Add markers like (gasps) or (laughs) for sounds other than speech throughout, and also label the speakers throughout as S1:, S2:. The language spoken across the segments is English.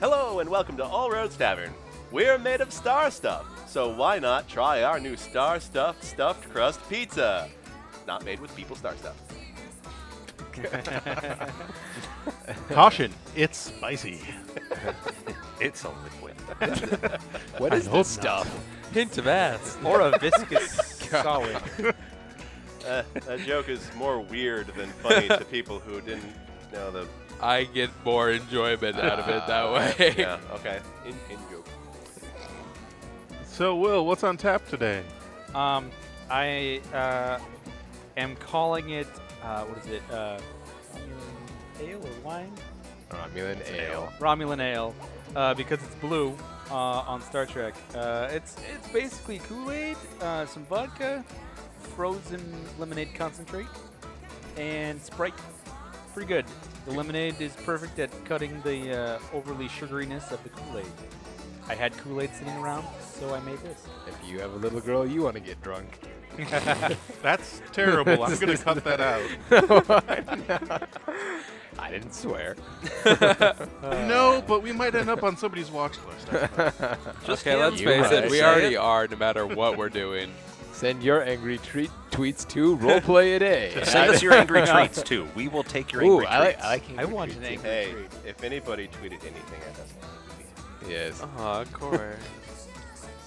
S1: welcome to All Roads Tavern. We're made of star stuff, so why not try our new star stuffed stuffed crust pizza? Not made with people star stuff.
S2: Caution, it's (laughs) spicy.
S3: It's a liquid.
S4: (laughs) What
S2: I
S4: is
S2: hope
S4: this
S2: not.
S4: stuff?
S5: Hint of ass or a viscous
S6: (laughs)
S5: solid.
S1: Uh, that joke is more weird than funny to people who didn't know the. Ah,
S5: I get more enjoyment out of it that way.
S1: Yeah, okay. In, in joke.
S2: So, Will, what's on tap today?
S6: Um, I uh, am calling it. Uh, what is it? Uh, Romulan ale or wine?
S4: Oh, Romulan ale.
S6: Romulan ale, uh, because it's blue uh, on Star Trek. Uh, it's it's basically Kool Aid, uh, some vodka, frozen lemonade concentrate, and Sprite. Pretty good. The lemonade is perfect at cutting the uh, overly sugariness of the Kool Aid. I had Kool Aid sitting around, so I made this.
S4: If you have a little girl, you want to get
S5: (laughs)
S4: drunk.
S2: That's terrible. I'm going to cut that out.
S4: I didn't swear. Uh,
S2: no, but we might end up on somebody's watch list. I don't know.
S5: okay, let's
S4: you
S5: face
S4: right.
S5: it. We
S4: Say
S5: already
S4: it.
S5: are, no matter what we're doing.
S4: Send your angry treat tweets to roleplay
S5: (laughs)
S4: a day.
S3: Send us your angry treats too. We will take your angry
S4: Ooh, I like,
S3: treats.
S4: I like angry
S6: want
S4: treats.
S6: an angry
S1: (laughs) Hey,
S6: treat.
S1: if anybody tweeted anything at us, it would be
S4: Yes.
S5: Oh, of
S6: (laughs)
S5: course.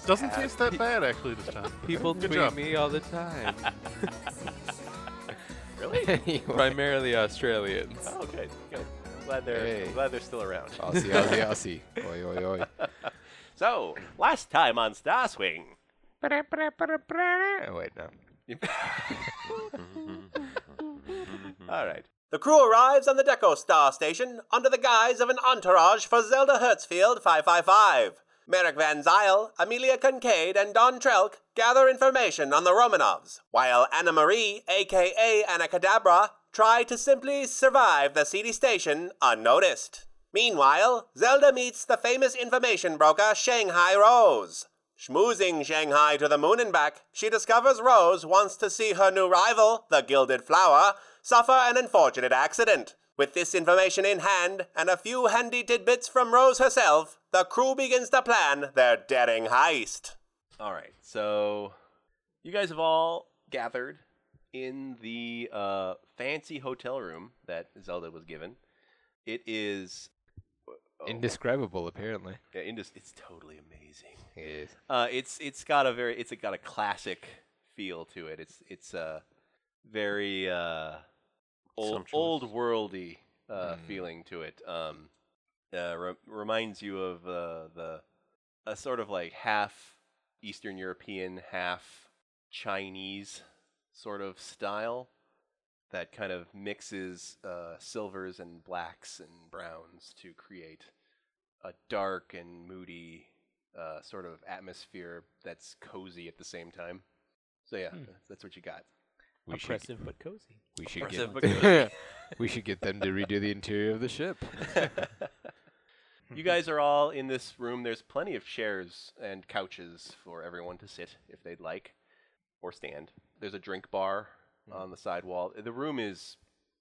S2: Doesn't taste that bad, actually, this time.
S5: People
S2: Good
S5: tweet
S2: job.
S5: me all the time.
S6: Oh.
S4: (laughs) Anyway.
S5: Primarily Australians.
S1: Oh, good. good. I'm glad they're
S4: Hey.
S1: I'm glad they're still around.
S4: Aussie,
S5: (laughs)
S4: Aussie, Aussie. Oi, oi, oi.
S1: So, last time on Star Swing.
S4: Oh, wait, no.
S1: All right.
S7: The crew arrives on the Deco Star Station under the guise of an entourage for Zelda Hertzfield 555. Merrick Van Zyl, Amelia Kincaid, and Don Trelk gather information on the Romanovs, while Anna Marie, aka Anna Kadabra, try to simply survive the seedy station unnoticed. Meanwhile, Zelda meets the famous information broker Shanghai Rose. Schmoozing Shanghai to the moon and back, she discovers Rose wants to see her new rival, the Gilded Flower, suffer an unfortunate accident. With this information in hand and a few handy tidbits from Rose herself, the crew begins to plan their daring heist.
S1: All right. So, you guys have all gathered in the uh, fancy hotel room that Zelda was given. It is oh,
S4: Indescribable, apparently.
S1: yeah, indis- it's totally amazing.
S4: Yes.
S1: Uh, it's it's got a very it's got a classic feel to it. It's it's uh, very uh, old
S3: Sumptuous.
S1: old worldy uh, feeling to it. Um, uh, re- reminds you of uh, the a sort of like half Eastern European, half Chinese sort of style that kind of mixes uh, silvers and blacks and browns to create a dark and moody uh, sort of atmosphere that's cozy at the same time. So yeah, that's, that's what you got.
S4: We should,
S6: Oppressive but cozy.
S4: we, should
S1: Impressive, but
S4: get, (laughs) we should get them to redo the interior of the ship.
S1: You guys are all in this room. There's plenty of chairs and couches for everyone to sit if they'd like, or stand. There's a drink bar on the side wall. The room is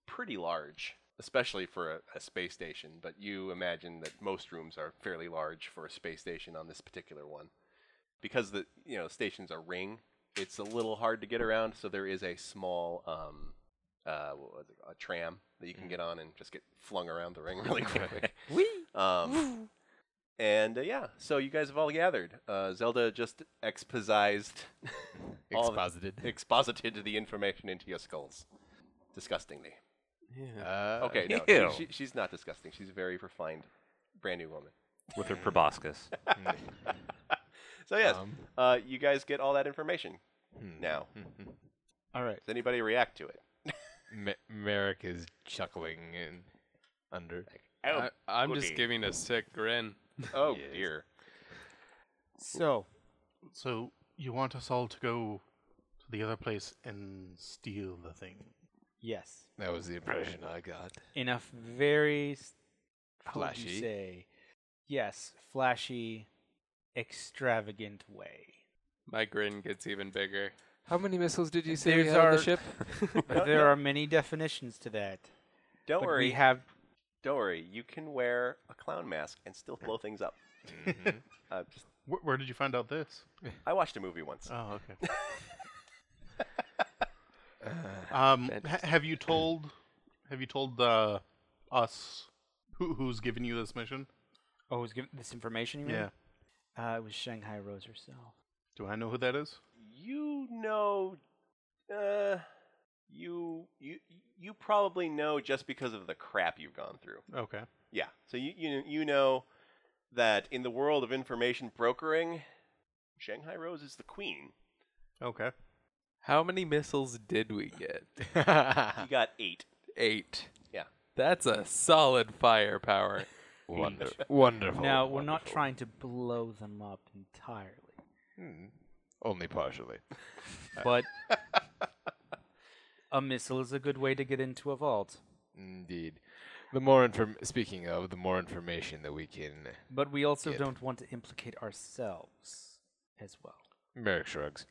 S1: pretty large, especially for a, a space station. But you imagine that most rooms are fairly large for a space station on this particular one, because the you know stations are ring. It's a little hard to get around, so there is a small um, uh, what was it, a tram that you can get on and just get flung around the ring (laughs) really quick. Um, and uh, yeah, so you guys have all gathered. Uh, Zelda just exposized, (laughs) all the-
S4: Exposited.
S1: exposited the information into your skulls, disgustingly.
S4: Uh,
S1: Okay, no,
S3: Ew.
S1: she, she- she's not disgusting. She's a very refined, brand new woman.
S3: With her proboscis.
S1: So yes,
S4: Um.
S1: uh, you guys get all that information
S4: Hmm.
S1: now.
S6: All right.
S1: Does anybody react to it?
S4: Me- Merrick is chuckling and under.
S5: I, I'm just giving a sick grin.
S1: Oh dear.
S6: So,
S2: So, you want us all to go to the other place and steal the thing?
S6: yes.
S4: That was the impression I got.
S6: in a very s- how would you
S4: Flashy.
S6: say yes flashy extravagant way
S5: My grin gets even bigger.
S4: How many missiles did you say we
S8: (laughs)
S6: There's
S4: had on the
S6: our-
S4: ship?
S6: there are many definitions to that
S1: Don't
S6: but
S1: worry.
S6: we have
S1: Don't worry, you can wear a clown mask and still blow things up. (laughs) uh, just,
S2: Where, where did you find out this?
S1: I watched a movie once.
S2: Oh, okay. um, ha-
S4: fantastic.
S2: have you told have you told uh, us who, who's given you this mission?
S8: Oh, who's giving this information? You mean? Uh, it was Shanghai Rose herself.
S2: Do I know who that is?
S1: you know, uh, you you you probably know just because of the crap you've gone through.
S2: Okay.
S1: Yeah. So you you you know that in the world of information brokering, Shanghai Rose is the queen.
S2: Okay.
S4: How many missiles did we get?
S1: You got eight.
S4: Eight.
S1: Yeah.
S4: (laughs) That's a solid firepower.
S3: Wonder.
S4: Wonderful.
S8: Now, we're not trying to blow them up entirely,
S4: Only partially.
S8: but
S5: (laughs)
S8: a missile is a good way to get into a vault.
S4: Indeed. The more inform- speaking of, the more information that we can
S8: But we also
S4: Yep.
S8: don't want to implicate ourselves as well.
S4: Merrick shrugs.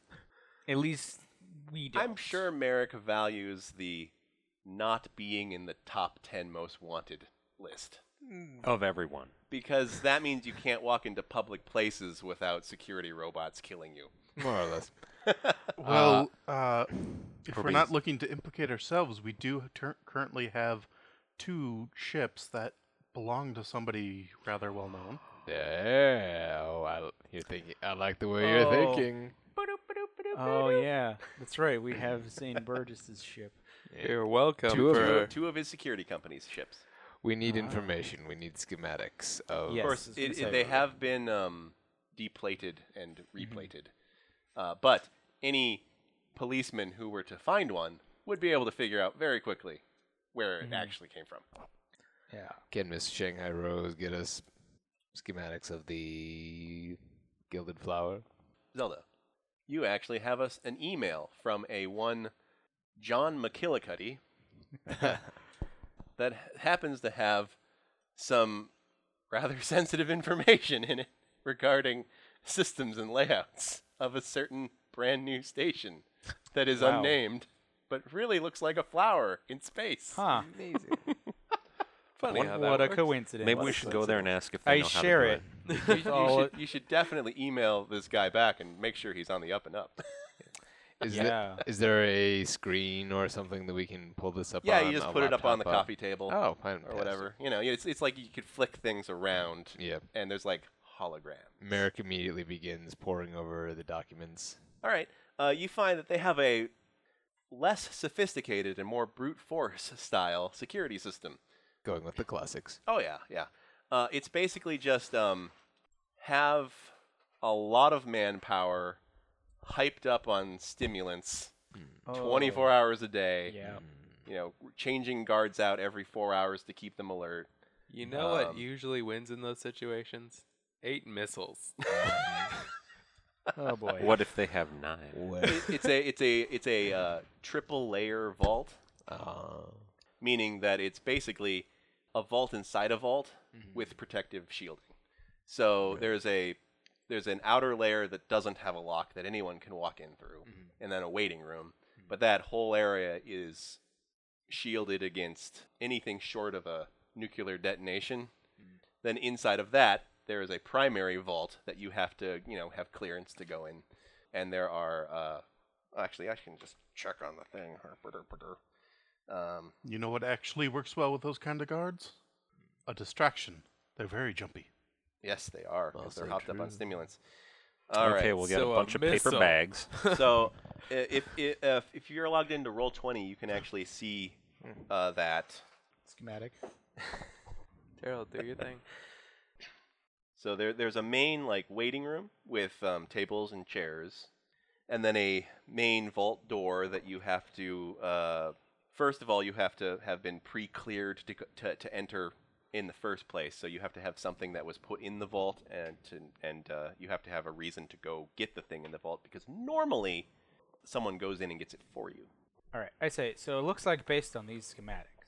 S8: At least we don't.
S1: I'm sure Merrick values the not being in the top ten most wanted list.
S3: Of everyone.
S1: Because that means you can't walk into public places without security robots killing you.
S4: More or less.
S2: Well, uh, if we're
S4: probably-
S2: not looking to implicate ourselves, we do tur currently have two ships that belong to somebody rather well known.
S4: Yeah. Oh, I, you're thinking. I like the way you're
S8: Oh.
S4: thinking.
S8: Oh, yeah. That's right. We have Zane Burgess's ship.
S9: You're welcome.
S4: Two of
S9: for-
S4: them.
S1: Two, two of his security companies' ships.
S4: We need information. We need schematics of.
S8: Yes.
S1: Of course,
S8: I was gonna
S1: it,
S8: say.
S1: it, they have been um, deplated and replated. Uh, but any policeman who were to find one would be able to figure out very quickly where it actually came from.
S8: Yeah.
S4: Can Miss Shanghai Rose get us schematics of the gilded flower?
S1: Zelda, you actually have us an email from a one John
S8: (laughs)
S1: McKillicuddy that happens to have some rather (laughs) sensitive information in it regarding systems and layouts of a certain brand new station that is
S8: Wow.
S1: unnamed but really looks like a flower in space.
S8: Huh.
S4: Amazing.
S3: Funny how that
S8: What a
S3: works.
S8: coincidence.
S3: Maybe we should go there and ask if they
S8: I
S3: know how to
S8: share
S3: do
S8: it. (laughs)
S1: (laughs) You, you
S8: Oh,
S1: should, you should definitely email this guy back and make sure he's on the up and up.
S4: Is,
S8: Yeah.
S4: there, is there a screen or something that we can pull this up
S1: yeah,
S4: on?
S1: you just
S4: a
S1: put it up on the
S4: laptop, uh,
S1: coffee table.
S4: Oh, fantastic.
S1: or whatever. You know, it's it's like you could flick things around.
S4: Yeah.
S1: And there's like hologram.
S4: Merrick immediately begins poring over the documents.
S1: All right. Uh, you find that they have a less sophisticated and more brute force style security system.
S4: Going with the classics.
S1: Oh yeah, yeah. Uh, it's basically just um, have a lot of manpower hyped up on stimulants
S8: (laughs)
S6: Oh.
S1: 24 hours a day.
S8: Oh, Yeah.
S1: You know, changing guards out every 4 hours to keep them alert.
S9: You know what
S1: Um,
S9: usually wins in those situations? Eight missiles.
S8: Oh, boy.
S3: What if they have nine?
S1: It- it's a it's a it's a uh, triple layer vault.
S4: uh,
S1: meaning that it's basically a vault inside a vault with protective shielding. So there's a there's an outer layer that doesn't have a lock that anyone can walk in through, and then a waiting room. But that whole area is shielded against anything short of a nuclear detonation. Then inside of that, there is a primary vault that you have to you know have clearance to go in, and there are uh, actually I can just check on the thing. Um,
S2: You know what actually works well with those kind of guards? A distraction. They're very jumpy.
S1: Yes, they are. 'cause they're
S4: so
S1: hopped up on
S4: true.
S1: stimulants. All right.
S3: okay, we'll get
S9: so
S3: a
S9: a
S3: bunch of paper
S9: missile.
S3: bags.
S1: so i- if, i- if if you're logged into Roll Twenty, you can actually see uh, that.
S8: Schematic.
S9: Daryl, do your thing.
S1: So there there's a main like waiting room with um, tables and chairs, and then a main vault door that you have to. Uh, first of all, you have to have been pre-cleared to, c- to to enter in the first place. So you have to have something that was put in the vault, and to, and uh, you have to have a reason to go get the thing in the vault because normally someone goes in and gets it for you.
S8: All right. I say, so it looks like based on these schematics,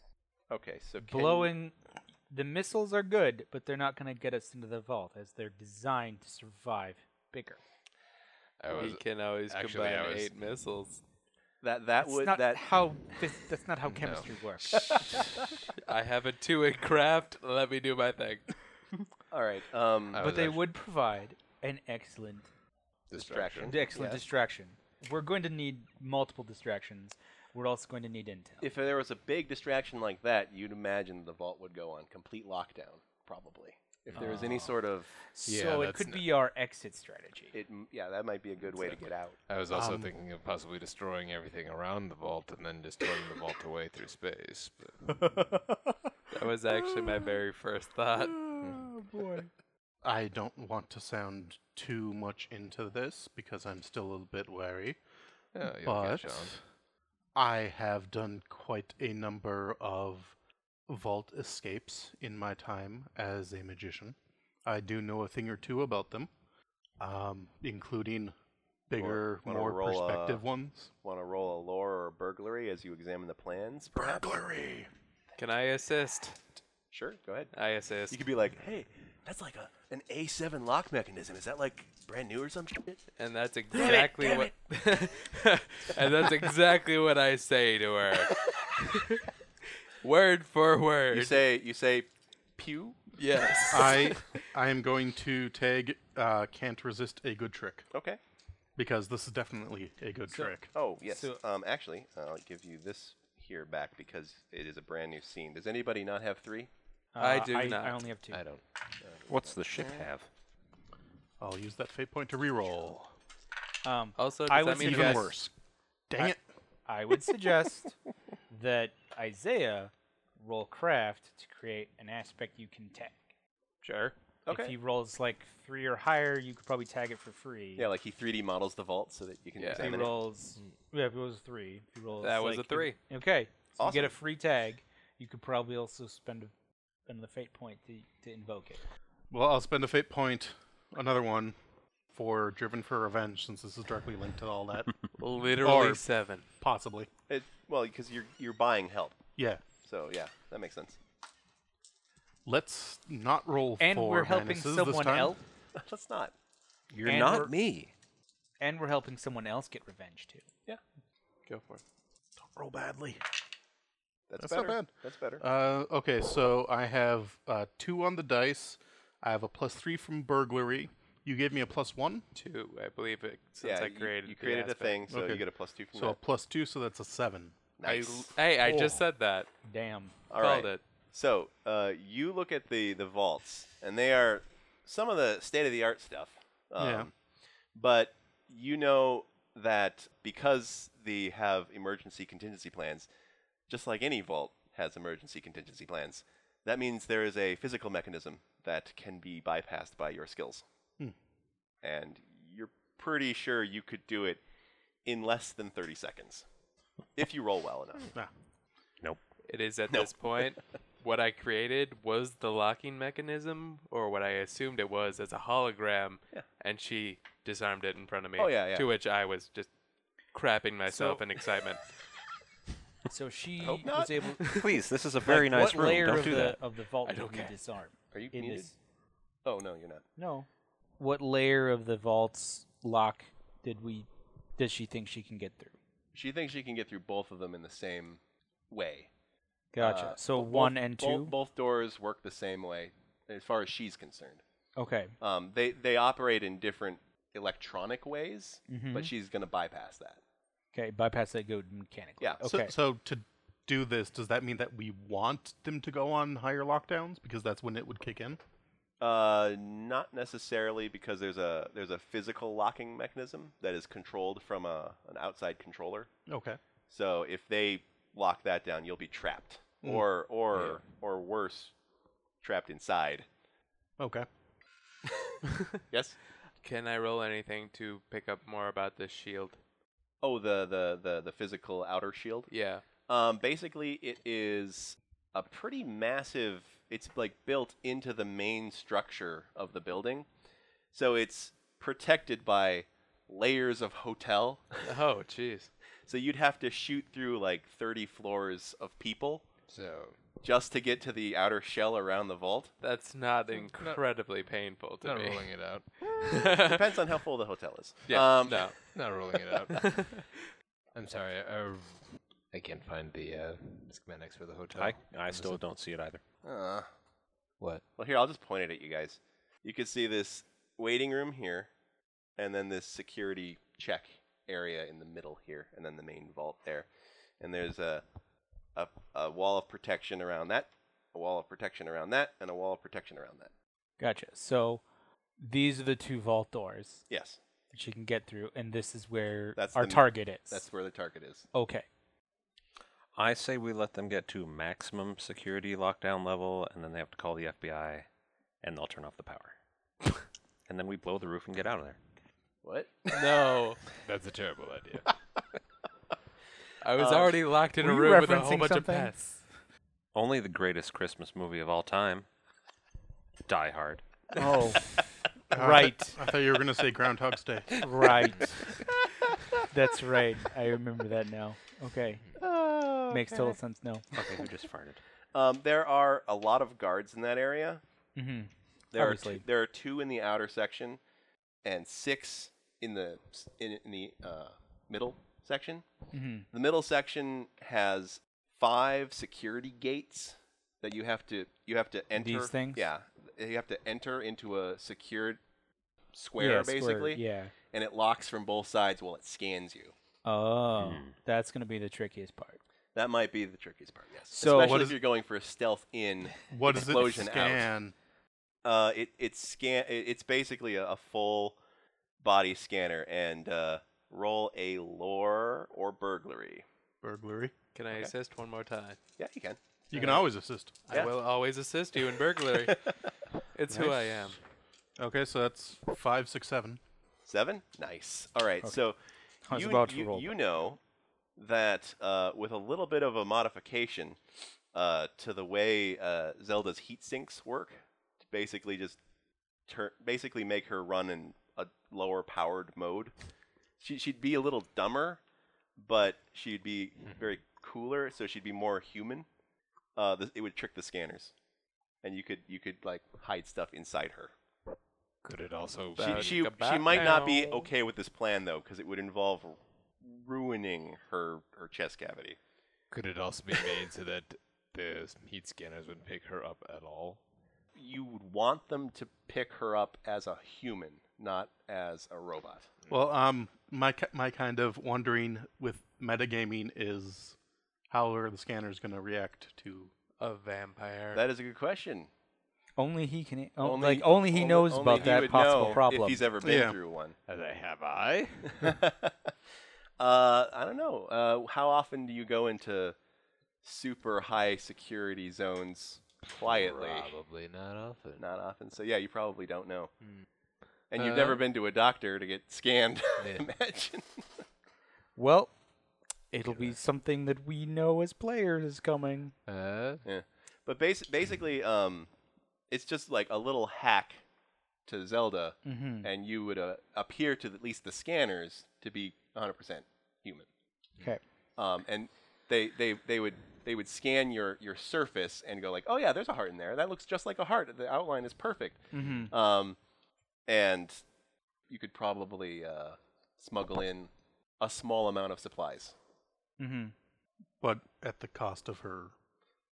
S1: Okay, so can-
S8: blowing the missiles are good, but they're not going to get us into the vault as they're designed to survive bigger.
S4: I
S9: We
S4: was
S9: can always
S4: actually, I
S9: combine
S4: was-
S9: eight missiles.
S1: That that
S6: That's
S1: would
S6: not
S1: that
S6: how phys- that's not how chemistry
S8: (laughs)
S6: works.
S4: I have a two in craft. Let me do my thing.
S1: all right. Um,
S10: I
S6: but
S10: was
S6: they
S10: actually-
S6: would provide an excellent
S1: distraction.
S6: excellent
S1: Yes.
S6: distraction. We're going to need multiple distractions. We're also going to need intel.
S1: If there was a big distraction like that, you'd imagine the vault would go on complete lockdown, probably. If there was any sort of
S10: Yeah,
S6: so it
S10: that's
S6: could
S10: n-
S6: be our exit strategy.
S1: it, m- yeah, that might be a good way to get out.
S10: I was also
S2: Um,
S10: thinking of possibly destroying everything around the vault and then just throwing the vault away through space. But
S4: That was actually my very first thought.
S2: I don't want to sound too much into this because I'm still a bit wary,
S10: yeah,
S4: Oh,
S10: you'll
S2: but
S10: catch on.
S2: I have done quite a number of vault escapes in my time as a magician. I do know a thing or two about them, um, including bigger,
S1: wanna
S2: more
S1: roll a-
S2: perspective ones.
S1: Want to roll a lore or a burglary as you examine the plans? Perhaps?
S2: Burglary.
S4: Can I assist?
S1: Sure, go ahead.
S4: I assist.
S1: You could be like, hey, that's like a an A7 lock mechanism. Is that like brand new or some shit?
S4: And
S6: (laughs)
S4: that's exactly what (laughs) And that's exactly what I say to
S6: (laughs)
S4: her. word for word.
S1: You say you say, pew.
S4: yes.
S2: I I am going to tag uh, can't resist a good trick
S1: Okay.
S2: because this is definitely a good trick.
S1: Oh yes.
S6: So-
S1: um, actually, I'll give you this here back because it is a brand new scene. Does anybody not have three?
S4: I
S6: Uh,
S4: do
S6: I,
S4: not.
S6: I only have two.
S10: I don't.
S3: What's the ship have?
S2: I'll use that fate point to reroll.
S6: Um,
S4: also, does
S6: I
S4: that
S6: would
S4: mean you
S2: Even
S4: guys,
S2: worse. Dang it.
S6: I would suggest (laughs) that Isaiah roll craft to create an aspect you can tag.
S4: Sure.
S6: If he rolls like three or higher, you could probably tag it for free.
S1: Yeah, like he 3D models the vault so that you can
S4: Yeah.
S6: If he
S1: examine it.
S6: rolls,
S2: Hmm.
S6: yeah, if it was three, if he rolls,
S4: That was
S6: like,
S4: a three.
S6: okay, so you get a
S1: Awesome.
S6: free tag. You could probably also spend a, spend the fate point to, to invoke it.
S2: Well, I'll spend a fate point, another one, for Driven for Revenge, since this is directly linked to all that.
S6: (laughs)
S4: Literally
S2: Or-
S4: seven.
S2: Possibly.
S1: It, well, because you're you're buying help,
S2: Yeah.
S1: so yeah, that makes sense. (laughs)
S2: Let's not roll
S6: And
S2: four
S6: we're helping
S2: minuses this
S6: someone
S2: time.
S6: else.
S1: Let's not.
S3: You're
S6: And not we're-
S3: me.
S6: And we're helping someone else get revenge too.
S4: Go for it.
S2: Roll badly.
S1: That's,
S2: That's not
S1: better.
S2: bad.
S1: That's better.
S2: Uh, okay, so I have uh, two on the dice. I have a plus three from burglary. You gave me a plus one,
S4: Two, I believe it since
S1: yeah,
S4: I
S1: you-
S4: created
S1: you,
S4: the
S1: created a
S4: aspect.
S1: thing, so
S2: Okay.
S1: you get a plus two from
S2: so a
S1: that.
S2: plus two, so that's a seven.
S4: I,
S1: Nice.
S4: hey, I
S6: Oh.
S4: just said that.
S6: Damn.
S1: All
S4: Called
S1: right.
S4: it.
S1: So uh, you look at the the vaults, and they are some of the state of the art stuff. Um,
S2: Yeah.
S1: But you know that because they have emergency contingency plans, just like any vault has emergency contingency plans, that means there is a physical mechanism that can be bypassed by your skills.
S6: Hmm.
S1: And you're pretty sure you could do it in less than 30 seconds if you roll well
S6: Hmm.
S1: enough.
S2: Ah,
S3: Nope.
S4: It is at this (laughs) point. What I created was the locking mechanism, or what I assumed it was as a hologram, and she disarmed it in front of me.
S1: Oh, yeah, yeah.
S4: To which I was just crapping myself
S6: So-
S4: in (laughs) excitement.
S6: So she
S1: not.
S6: was able.
S3: Please, this is a very nice
S6: what
S3: room.
S6: layer
S3: Don't
S6: of
S3: do
S6: the
S3: that.
S6: of the vault
S4: I
S6: did
S4: don't
S6: you
S4: care.
S6: disarm?
S1: Are you
S6: in
S1: muted?
S6: this-
S1: Oh, no, you're not.
S6: No. What layer of the vault's lock did we? Does she think she can get through?
S1: She thinks she can get through both of them in the same way.
S6: Gotcha.
S1: Uh,
S6: so
S1: bo- both-
S6: one and
S1: bo-
S6: two.
S1: Both, doors work the same way, as far as she's concerned.
S6: Okay.
S1: Um, they they operate in different electronic ways, but she's gonna bypass that.
S6: Okay. Bypass that go mechanically.
S1: Yeah, so-
S6: Okay.
S2: So, so to do this, does that mean that we want them to go on higher lockdowns because that's when it would kick in?
S1: Uh, not necessarily because there's a there's a physical locking mechanism that is controlled from a an outside controller.
S2: Okay.
S1: So if they lock that down, you'll be trapped, or or or worse, trapped inside.
S2: Okay.
S1: Yes.
S4: Can I roll anything to pick up more about this shield?
S1: Oh, the the the the physical outer shield.
S4: Yeah.
S1: Um, basically, it is a pretty massive. It's like built into the main structure of the building, so it's protected by layers of hotel.
S4: Oh, jeez.
S1: so you'd have to shoot through like 30 floors of people
S10: So
S1: just to get to the outer shell around the vault.
S4: That's not incredibly painful to
S10: not
S4: me.
S10: rolling it out.
S1: Depends on how full the hotel is.
S4: (laughs) Yeah,
S1: Um,
S4: (laughs) no. (laughs)
S10: Not rolling it out.
S4: I'm sorry. I, I can't find the uh, schematics for the hotel.
S3: I, I still don't see it either.
S1: Uh,
S4: What?
S1: well, here I'll just point it at you guys. You can see this waiting room here, and then this security check area in the middle here, and then the main vault there. And there's a a, a wall of protection around that, a wall of protection around that, and a wall of protection around that.
S6: Gotcha. So these are the two vault doors
S1: Yes,
S6: that you can get through, and this is where
S1: That's
S6: our
S1: the-
S6: target is.
S1: that's where the target is.
S6: okay.
S3: I say we let them get to maximum security lockdown level, and then they have to call the FBI, and they'll turn off the (laughs) power. and then we blow the roof and get out of there.
S1: What?
S9: No,
S4: That's a terrible idea.
S9: (laughs) I was already locked in a
S6: were you
S9: room with a whole
S6: referencing
S9: bunch
S6: something?
S9: of pets.
S3: Only the greatest Christmas movie of all time, Die Hard.
S6: (laughs) Oh,
S2: Uh,
S6: right,
S2: I thought you were going to say Groundhog's Day.
S6: (laughs) right. That's right. I remember that now. Okay.
S1: Oh,
S6: Makes total sense now.
S3: Okay, who just farted?
S1: Um, there are a lot of guards in that area.
S6: Mm-hmm.
S1: There are
S6: Obviously.
S1: two, there are two in the outer section, and six in the s- in, in the uh, middle section.
S6: Mhm.
S1: The middle section has five security gates that you have to you have to enter.
S6: These things?
S1: yeah, you have to enter into a secured square
S6: yeah, square,
S1: basically,
S6: Yeah.
S1: and it locks from both sides while it scans you.
S6: Oh,
S1: Hmm.
S6: that's gonna be the trickiest part.
S1: That might be the trickiest part. Yes,
S6: So-
S1: especially
S2: What
S1: if
S2: is-
S1: you're going for a stealth in.
S2: What does it
S1: Explosion out.
S2: scan?
S1: Uh, it it's scan. It, it's basically a, a full body scanner and uh, roll a lore or burglary.
S2: Burglary.
S9: Can I assist one more time?
S1: Yeah, you can.
S2: You can always assist.
S1: Yeah.
S9: I will always assist you in burglary. it's who I am.
S2: Okay, so that's five, six, seven.
S1: Seven. Nice. All right. So
S6: I was
S1: you
S6: about to
S1: you,
S6: roll
S1: you know that uh, with a little bit of a modification uh, to the way uh, Zelda's heat sinks work, to basically just turn, basically make her run in a lower powered mode. She she'd be a little dumber, but she'd be
S6: Hmm.
S1: very cooler, so she'd be more human. Uh, th- it would trick the scanners, and you could you could like hide stuff inside her.
S4: Could it also?
S1: She
S9: Back
S1: she, she
S9: about
S1: might not be
S9: now.
S1: okay with this plan though, because it would involve ruining her her chest cavity.
S4: Could it also be made so that the heat scanners would pick her up at all?
S1: You would want them to pick her up as a human, not as a robot.
S2: Well, um, my ki- my kind of wondering with metagaming is how are the scanners going to react to?
S9: A vampire.
S1: That is a good question.
S6: Only he can. Oh,
S1: Only-
S6: like only he
S1: only-
S6: knows
S1: only
S6: about
S1: he
S6: that
S1: would
S6: possible
S1: know
S6: problem.
S1: If he's ever been
S2: Yeah.
S1: through one. (laughs)
S4: As I have I.
S1: uh, I don't know. Uh, how often do you go into super high security zones quietly?
S4: Probably not often.
S1: Not often. So yeah, you probably don't know. And you've
S9: Uh,
S1: never been to a doctor to get scanned. (laughs)
S4: Yeah.
S1: Imagine.
S6: well, it'll be something that we know as players is coming.
S4: Uh,
S1: But bas- basically, um, it's just like a little hack to Zelda,
S6: Mm-hmm.
S1: and you would uh, appear to at least the scanners to be 100% human.
S6: Okay.
S1: Um, and they, they, they would they would scan your, your surface and go like, oh yeah, there's a heart in there. That looks just like a heart. The outline is perfect.
S6: Mm-hmm.
S1: Um, and you could probably uh, smuggle in a small amount of supplies.
S6: Mm-hmm.
S2: But at the cost of her.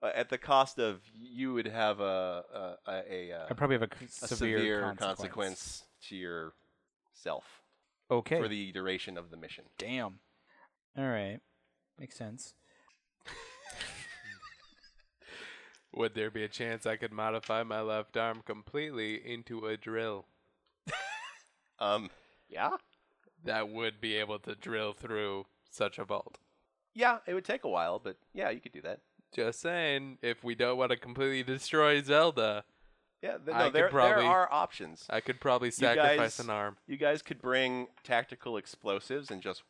S1: Uh, at the cost of you would have a a, a, a, uh,
S6: I probably have a, c-
S1: a
S6: severe, consequence.
S1: to your self
S6: Okay.
S1: for the duration of the mission.
S6: Damn. All right. Makes sense.
S9: Would there be a chance I could modify my left arm completely into a drill?
S1: Um, yeah,
S9: That would be able to drill through such a vault.
S1: yeah, it would take a while, but yeah, you could do that.
S9: Just saying, if we don't want to completely destroy Zelda,
S1: Yeah, th-
S9: I
S1: no,
S9: could
S1: there there
S9: probably-
S1: are options.
S9: I could probably
S1: guys-
S9: sacrifice an arm.
S1: You guys could bring tactical explosives and just,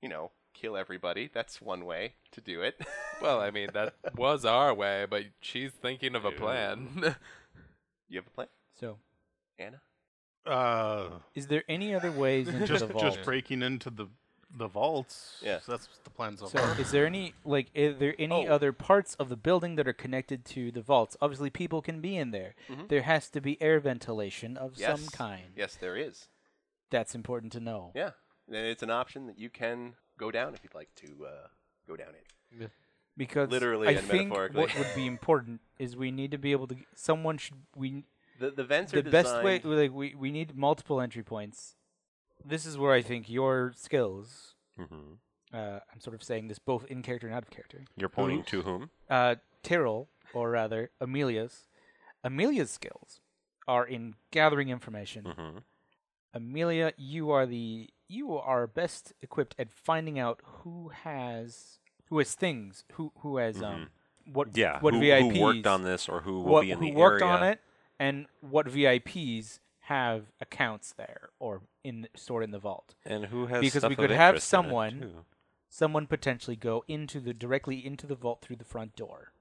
S1: you know, kill everybody. That's one way to do it. (laughs)
S9: Well, I mean, that was our way, but she's thinking of a plan.
S1: you have a plan,
S6: So,
S1: Anna?
S2: Uh,
S6: is there any
S2: (laughs)
S6: other ways into
S2: just
S6: the vault?
S2: just breaking into the the vaults.
S1: Yeah.
S2: so that's what the plans so
S6: So, is there any like is there any
S1: Oh.
S6: other parts of the building that are connected to the vaults? Obviously, people can be in there. There has to be air ventilation of
S1: Mm-hmm. Yes.
S6: some kind.
S1: Yes, there is.
S6: That's important to know.
S1: Yeah, and it's an option that you can go down if you'd like to uh, go down it.
S6: because
S1: Literally
S6: I
S1: and
S6: think
S1: metaphorically.
S6: what would be important is we need to be able to. g- Someone should we
S1: The, the vents are
S6: the best way
S1: designed-
S6: like we we need multiple entry points. This is where I think your skills.
S3: Mm-hmm.
S6: Uh, I'm sort of saying this both in character and out of character.
S3: You're pointing to whom?
S6: Uh, Tyrrell, or rather Amelia's, Amelia's skills are in gathering information.
S3: Mm-hmm.
S6: Amelia, you are the you are best equipped at finding out who has who has things, who who has um what
S3: Mm-hmm. Yeah.
S6: what
S3: who,
S6: VIPs
S3: who worked on this or who will
S6: what,
S3: be in
S6: who
S3: the
S6: worked
S3: area?
S6: on it, and what VIPs have accounts there or in stored in the vault.
S3: And who has
S6: Because we
S3: stuff of
S6: could have
S3: interest in it,
S6: someone-
S3: too.
S6: Someone potentially go into the directly into the vault through the front door.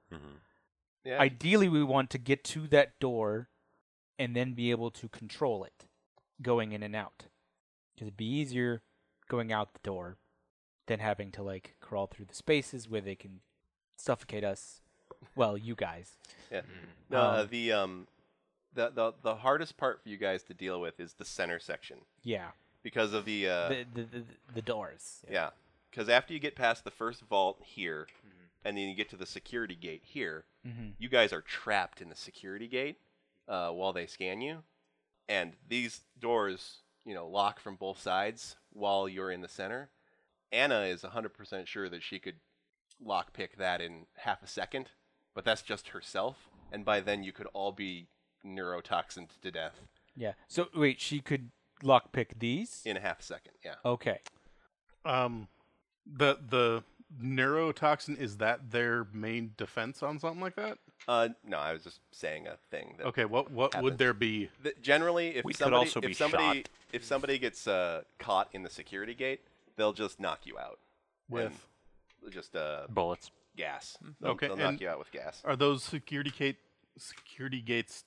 S1: Yeah.
S6: Ideally, we want to get to that door and then be able to control it going in and out. Because it'd be easier going out the door than having to like crawl through the spaces where they can suffocate us. Well, you guys.
S1: Yeah. No, uh,
S6: Um,
S1: the um, the, the the hardest part for you guys to deal with is the center section
S6: Yeah.
S1: because of the uh,
S6: The, the, the, the doors.
S1: yeah. Because after you get past the first vault here, and then you get to the security gate here,
S6: Mhm.
S1: you guys are trapped in the security gate uh, while they scan you, and these doors, you know, lock from both sides while you're in the center. Anna is 100% sure that she could lockpick that in half a second, but that's just herself, and by then you could all be neurotoxined to death
S6: Yeah. So wait, she could lockpick these.
S1: in a half second. Yeah.
S6: Okay.
S2: Um, the the neurotoxin is that their main defense on something like that?
S1: Uh, no, I was just saying a thing that
S2: Okay, what what
S1: Happens.
S2: would there be?
S1: th- generally if
S3: We could
S1: somebody
S3: also
S1: if
S3: be
S1: somebody
S3: shot.
S1: if somebody gets uh, caught in the security gate, they'll just knock you out
S2: With-
S1: and just uh,
S3: Bullets.
S1: gas. They'll,
S2: Mm-hmm. Okay,
S1: they'll
S2: and-
S1: knock you out with gas.
S2: Are those security gate security gates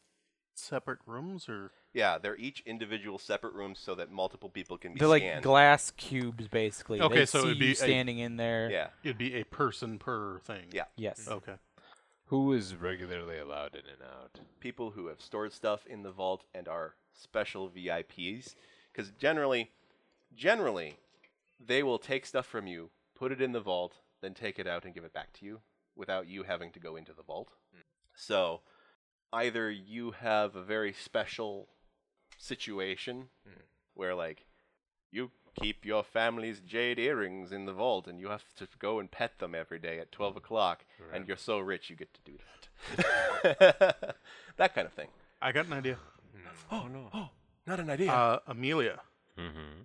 S2: separate rooms or?
S1: Yeah, they're each individual separate rooms so that multiple people can be
S6: They're like
S1: scanned.
S6: glass cubes, basically.
S2: Okay,
S6: They
S2: so
S6: see
S2: it'd be
S6: you
S2: a-
S6: standing in there.
S1: yeah,
S2: It'd be a person per thing.
S1: Yeah.
S6: Yes.
S2: Okay.
S4: Who is regularly allowed in and out?
S1: people who have stored stuff in the vault and are special VIPs, because generally, generally, they will take stuff from you, put it in the vault, then take it out and give it back to you without you having to go into the vault. So either you have a very special situation where like you keep your family's jade earrings in the vault and you have to go and pet them every day at 12 o'clock and you're so rich you get to do that (laughs) that kind of thing
S2: I got an idea.
S3: (gasps) Oh no.
S1: not an idea
S2: Uh, Amelia,
S3: Mm-hmm.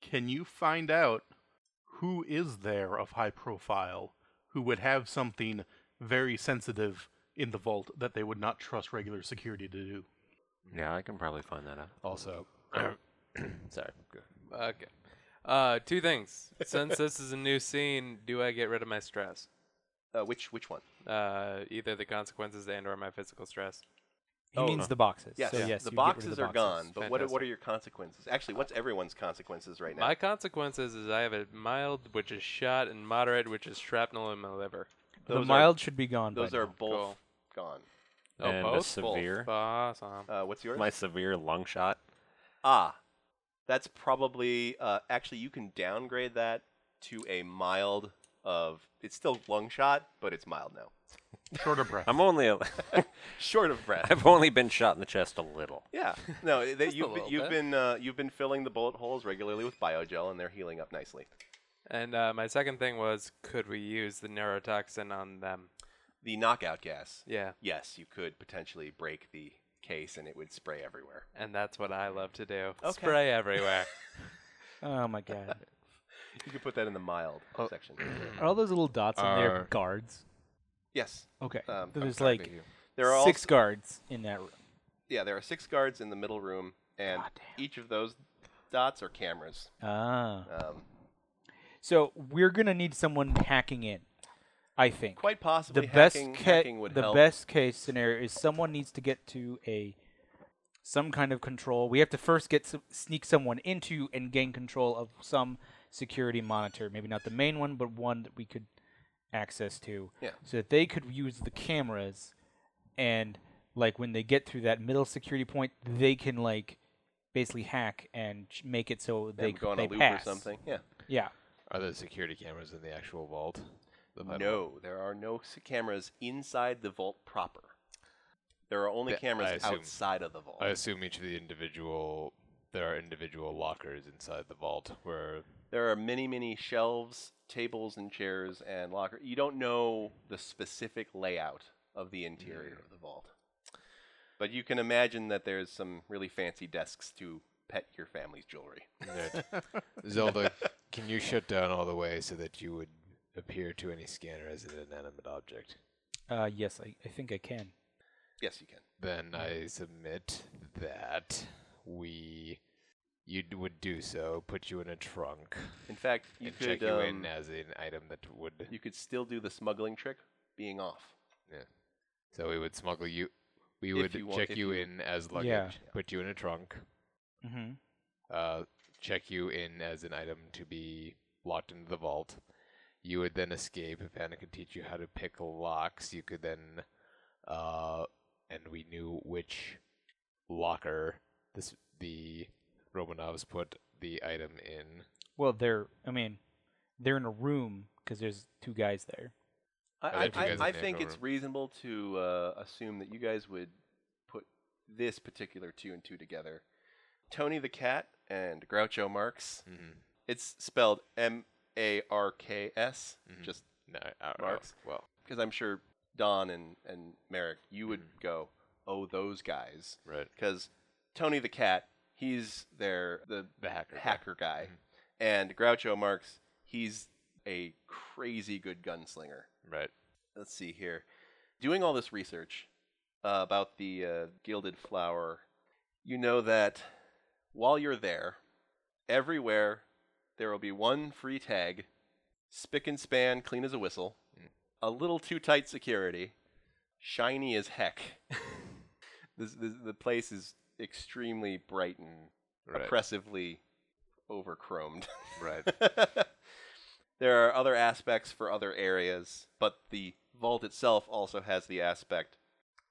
S2: can you find out who is there of high profile who would have something very sensitive in the vault that they would not trust regular security to do?
S3: Yeah, I can probably find that out.
S4: Also, sorry. Go.
S9: Okay. Uh, two things. Since this is a new scene, do I get rid of my stress?
S1: Uh, which which one
S9: Uh, either the consequences and/or my physical stress.
S6: He
S2: Oh.
S6: means the boxes.
S1: yes,
S6: So
S1: the
S6: yes, you get rid of
S1: boxes
S6: the
S1: are gone but what are, what
S9: Fantastic.
S1: are your consequences actually what's everyone's consequences right now
S9: My consequences is I have a mild, which is shot, and moderate, which is shrapnel in my liver.
S6: The
S1: Those are-
S6: mild should be gone. by
S1: those are
S6: now.
S1: both gone
S9: Oh,
S3: and a
S9: both?
S3: severe,
S9: Awesome.
S1: uh, what's yours
S3: my severe lung shot.
S1: Ah, that's probably uh, actually you can downgrade that to a mild of it's still lung shot, but it's mild now.
S2: Shorter breath.
S3: I'm only. (laughs) A,
S1: Short of breath.
S3: I've only been shot in the chest a little.
S6: (laughs)
S1: yeah. No, they,
S9: a
S1: you've been,
S9: little
S1: you've
S9: bit.
S1: been uh, you've been filling the bullet holes regularly with biogel, and they're healing up nicely.
S9: And uh, my second thing was, could we use the neurotoxin on them?
S1: The knockout gas.
S9: Yeah,
S1: Yes, you could potentially break the case, and it would spray everywhere.
S9: and that's what I love to do.
S1: Okay.
S9: Spray everywhere.
S6: Oh my god.
S1: (laughs) You could put that in the mild
S6: Oh.
S1: section.
S6: are all those little dots on there
S4: Are-
S6: guards?
S1: yes,
S6: Okay.
S1: Um,
S6: So
S1: I'm
S6: there's
S1: sorry,
S6: like
S1: there are
S6: six
S1: also,
S6: guards in that room.
S1: yeah there are six guards in the middle room, and
S6: God damn.
S1: each of those dots are cameras.
S6: Ah.
S1: Um,
S6: So we're gonna need someone hacking in. I think.
S1: Quite
S6: the
S1: possibly
S6: best
S1: hacking,
S6: ca-
S1: hacking would
S6: the
S1: help.
S6: best case scenario is someone needs to get to a some kind of control. We have to first get some, sneak someone into and gain control of some security monitor. Maybe not the main one, but one that we could access to.
S1: Yeah.
S6: So that they could use the cameras and like when they get through that middle security point, they can like basically hack and ch- make it so
S1: They
S6: they
S1: would go on
S6: they
S1: a loop
S6: pass.
S1: or something. Yeah.
S6: Yeah.
S4: Are there security cameras in the actual vault? The metal-
S1: No, there are no s- cameras inside the vault proper. There are only
S4: Th- I
S1: cameras
S4: assume-
S1: outside of the vault.
S4: I assume each of the individual there are individual lockers inside the vault where
S1: There are many, many shelves, tables, and chairs, and locker. You don't know the specific layout of the interior
S4: Hmm.
S1: of the vault, but you can imagine that there's some really fancy desks to pet your family's jewelry.
S4: Zelda, can you shut down all the way so that you would appear to any scanner as an inanimate object?
S6: Uh, yes, I, I think I can.
S1: Yes, you can.
S4: Then I submit that we you d- would do so, put you in a trunk,
S1: In fact, you
S4: and
S1: could
S4: check you in
S1: um,
S4: as an item that would.
S1: you could still do the smuggling trick, being off.
S4: so we would smuggle you. We
S1: If
S4: would
S1: you want-
S4: check
S1: if
S4: you,
S1: you-
S4: in as luggage, put you in a trunk,
S6: Mm-hmm.
S4: uh, check you in as an item to be locked into the vault. You would then escape. If Anna could teach you how to pick locks, you could then, uh, and we knew which locker this the Romanovs put the item in.
S6: Well, they're. I mean, they're in a room because there's two guys there.
S4: I
S1: I,
S4: think you
S1: I,
S4: guys
S1: I, I
S4: have
S1: think
S4: no
S1: it's
S4: room.
S1: reasonable to uh, assume that you guys would put this particular two and two together. Tony the cat and Groucho Marx.
S4: Mhm.
S1: It's spelled M A R K S,
S4: Mhm.
S1: just
S4: No, I, I,
S1: Marks?
S4: well,
S1: because I'm sure Don and, and Merrick, you would go, oh, those guys.
S4: Mm-hmm. right.
S1: Because Tony the cat, he's their the
S4: The hacker. guy. Mm-hmm.
S1: hacker guy, and Groucho Marx, he's a crazy good gunslinger.
S4: Right.
S1: let's see here. Doing all this research uh, about the uh, gilded flower, you know that while you're there, everywhere there will be one free tag, spick and span, clean as a whistle, a little too tight security, shiny as heck. this, this, the place is extremely bright and
S4: Right.
S1: oppressively overchromed. (laughs)
S4: Right.
S1: there are other aspects for other areas, but the vault itself also has the aspect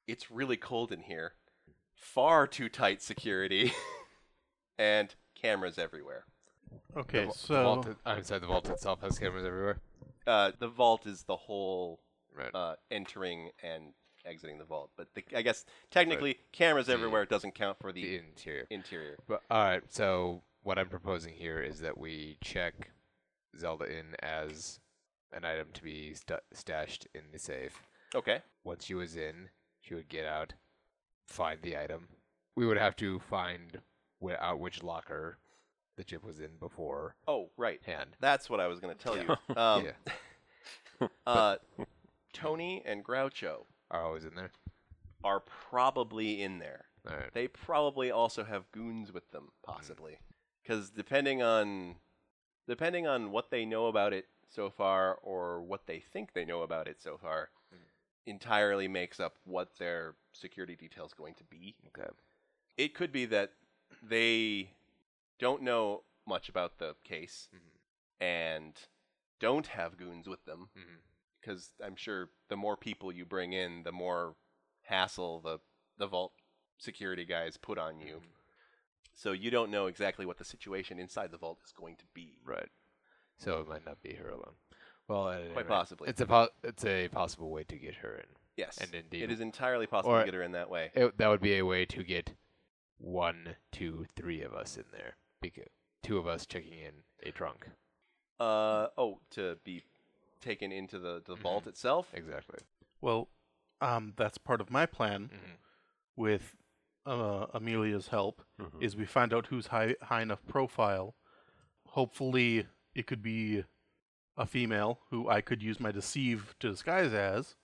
S1: it's really cold in here, far too tight security, (laughs) and cameras everywhere.
S2: Okay,
S4: The
S2: so
S4: vault, it- I'm sorry, the vault itself has cameras everywhere.
S1: Uh, the vault is the whole
S4: Right.
S1: uh, entering and exiting the vault, but the, I guess technically cameras everywhere doesn't count for the
S4: the interior.
S1: interior.
S4: But all right, so what I'm proposing here is that we check Zelda in as an item to be st- stashed in the safe.
S1: Okay.
S4: Once she was in, she would get out, find the item. We would have to find wh- out which locker the chip was in beforehand.
S1: Oh, right. That's what I was going to tell you. Um,
S4: (laughs) yeah,
S1: uh, Tony and Groucho
S4: are always in there.
S1: are probably in there.
S4: All right,
S1: They probably also have goons with them, possibly, because depending on depending on what they know about it so far or what they think they know about it so far, entirely makes up what their security detail is going to be.
S4: Okay.
S1: It could be that they don't know much about the case
S4: Mm-hmm.
S1: and don't have goons with them because I'm sure the more people you bring in, the more hassle the the vault security guys put on you.
S4: Mm-hmm.
S1: So you don't know exactly what the situation inside the vault is going to be.
S4: right. So it might not be her alone. Well, at any
S1: Quite
S4: rate,
S1: possibly.
S4: It's a po- it's a possible way to get her in.
S1: Yes,
S4: And indeed-
S1: it is entirely possible
S4: or-
S1: to get her in that way.
S4: it, that would be a way to get one, two, three of us in there. Because two of us checking in a trunk.
S1: Uh oh, to be taken into the
S4: Mm-hmm.
S1: the vault itself.
S4: Exactly.
S2: well, um, that's part of my plan with uh, Amelia's help is we find out who's high high enough profile. Hopefully, it could be a female who I could use my deceive to disguise as.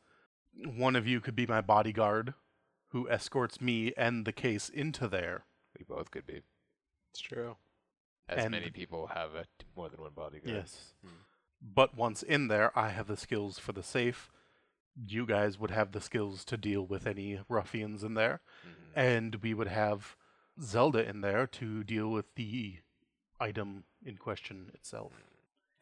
S2: One of you could be my bodyguard, who escorts me and the case into there.
S4: We both could be.
S5: It's true.
S4: As
S2: And-
S4: many people have a, more than one bodyguard.
S2: Yes. But once in there, I have the skills for the safe. You guys would have the skills to deal with any ruffians in there. And we would have Zelda in there to deal with the item in question itself.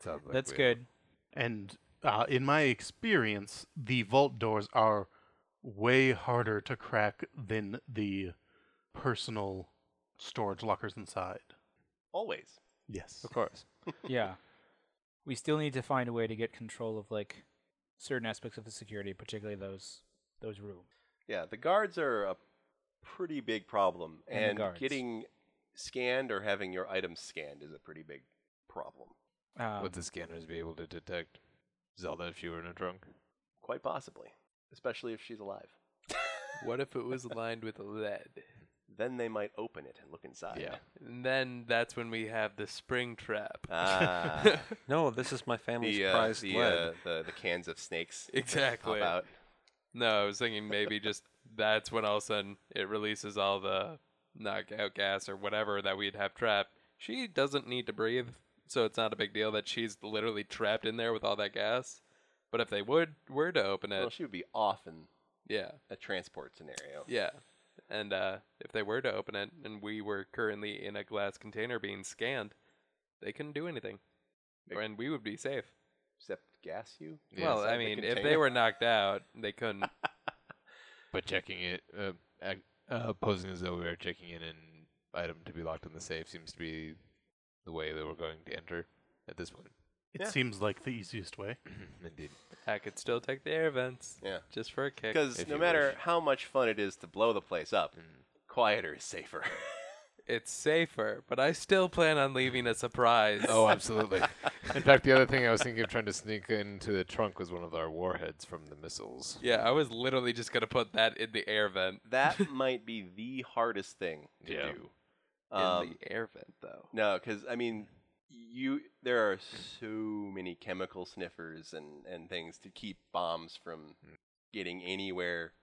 S4: Sounds like
S6: That's
S4: we-
S6: good.
S2: And uh, in my experience, the vault doors are way harder to crack than the personal storage lockers inside.
S1: Always.
S2: Yes.
S4: (laughs) Of course.
S6: yeah. we still need to find a way to get control of like certain aspects of the security, particularly those those rooms.
S1: Yeah, the guards are a pretty big problem,
S6: And the
S1: and,
S6: guards.
S1: getting scanned or having your items scanned is a pretty big problem.
S6: Um,
S4: Would the scanners be able to detect Zelda if she were in a trunk?
S1: Quite possibly, especially if she's alive.
S9: What if it was lined with lead?
S1: Then they might open it and look
S6: Uh,
S1: inside.
S4: Yeah.
S9: And then that's when we have the spring trap. (laughs)
S1: Ah,
S3: No, this is my family's
S1: the, uh,
S3: prized
S1: the,
S3: lead.
S1: uh, the the cans of
S9: (laughs)
S1: snakes. that
S9: Exactly.
S1: Pop out.
S9: No, I was thinking maybe just that's when all of a sudden it releases all the knockout gas or whatever that we'd have trapped. She doesn't need to breathe, so it's not a big deal that she's literally trapped in there with all that gas. But if they would were to open it,
S1: Well, she would be off in
S9: yeah,
S1: a transport scenario.
S9: yeah, and uh, if they were to open it and we were currently in a glass container being scanned, they couldn't do anything, and we would be safe.
S1: Except gas you.
S9: well,
S1: inside
S9: I
S1: the
S9: mean, if they
S1: container.
S9: were knocked out, they couldn't. (laughs)
S4: But checking it, uh, ac- uh, posing as though we were checking in an item to be locked in the safe seems to be the way that we're going to enter at this point.
S2: It
S1: Yeah.
S2: seems like the easiest way.
S4: Indeed.
S9: I could still take the air vents.
S1: Yeah.
S9: just for a kick.
S1: Because
S4: if
S1: no
S4: you
S1: matter
S4: wish.
S1: how much fun it is to blow the place up,
S9: Mm.
S1: quieter is safer. (laughs)
S9: it's safer, but I still plan on leaving a surprise.
S4: Oh, absolutely. in fact, the other thing I was thinking of trying to sneak into the trunk was one of our warheads from the missiles.
S9: (laughs) yeah, I was literally just gonna put that in the air vent.
S1: that might be the hardest thing to
S4: Yeah.
S1: do.
S9: In
S1: Um,
S9: the air vent, though.
S1: No, because I mean, you there are so many chemical sniffers and and things to keep bombs from getting anywhere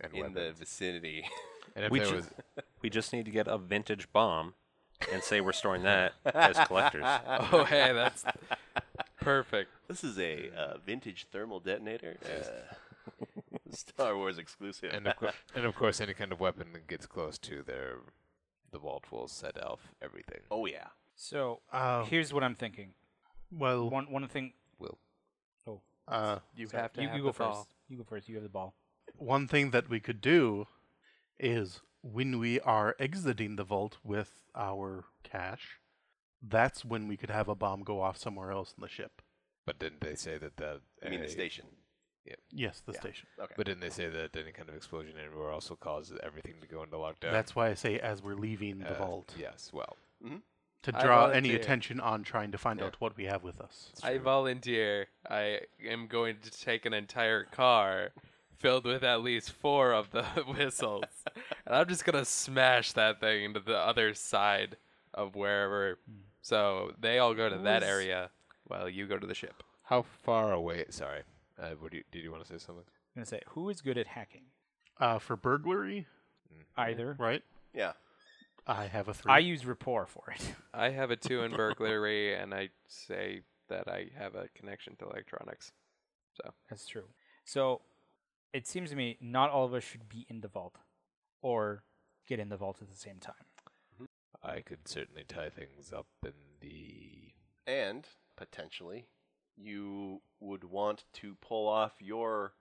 S4: And
S1: in the
S4: weapons.
S1: vicinity.
S4: and if
S3: We
S4: there
S3: ju-
S4: was,
S3: (laughs) We just need to get a vintage bomb and say we're
S6: (laughs)
S3: storing that as
S1: (laughs)
S3: collectors.
S9: Oh, hey, that's perfect.
S1: This is a uh, vintage thermal detonator. Uh, (laughs) Star Wars exclusive.
S4: and of, cour- and of course, any kind of weapon that gets close to their, the vault will set off everything.
S1: (laughs) oh yeah,
S6: so
S2: Uh,
S9: Um,
S6: here's what I'm thinking.
S2: well,
S6: One one thing.
S4: Will.
S6: Oh,
S2: uh,
S9: You
S6: sorry.
S9: have to
S6: you,
S9: have
S6: you
S9: the
S6: go first.
S9: ball.
S6: You go first. You have the ball.
S2: one thing that we could do is when we are exiting the vault with our cash, that's when we could have a bomb go off somewhere else in the ship.
S4: But didn't they say that that?
S1: I mean the
S4: a-
S1: station.
S2: Yes, the
S1: Yeah.
S2: station.
S1: Okay.
S4: But didn't they say that any kind of explosion anywhere also causes everything to go into lockdown?
S2: That's why I say as we're leaving the
S4: Uh,
S2: vault
S4: Yes. Well,
S2: to
S9: I
S2: draw any
S9: volunteer.
S2: attention on trying to find
S4: Yeah.
S2: out what we have with us.
S9: I volunteer. I am going to take an entire car filled with at least four of the (laughs) whistles, and I'm just gonna smash that thing into the other side of wherever. So they all go to that area, while you go to the ship.
S4: how far away? Sorry. Uh, what do you, did you want to say something?
S6: I'm gonna say who is good at hacking?
S2: Uh, for burglary,
S9: Mm-hmm.
S6: Either
S2: right?
S1: yeah.
S2: I have a three.
S6: I use rapport for it.
S9: I have a two in burglary, and I say that I have a connection to electronics.
S6: That's true. So it seems to me not all of us should be in the vault or get in the vault at the same time.
S4: I could certainly tie things up in the.
S1: And potentially, you would want to pull off your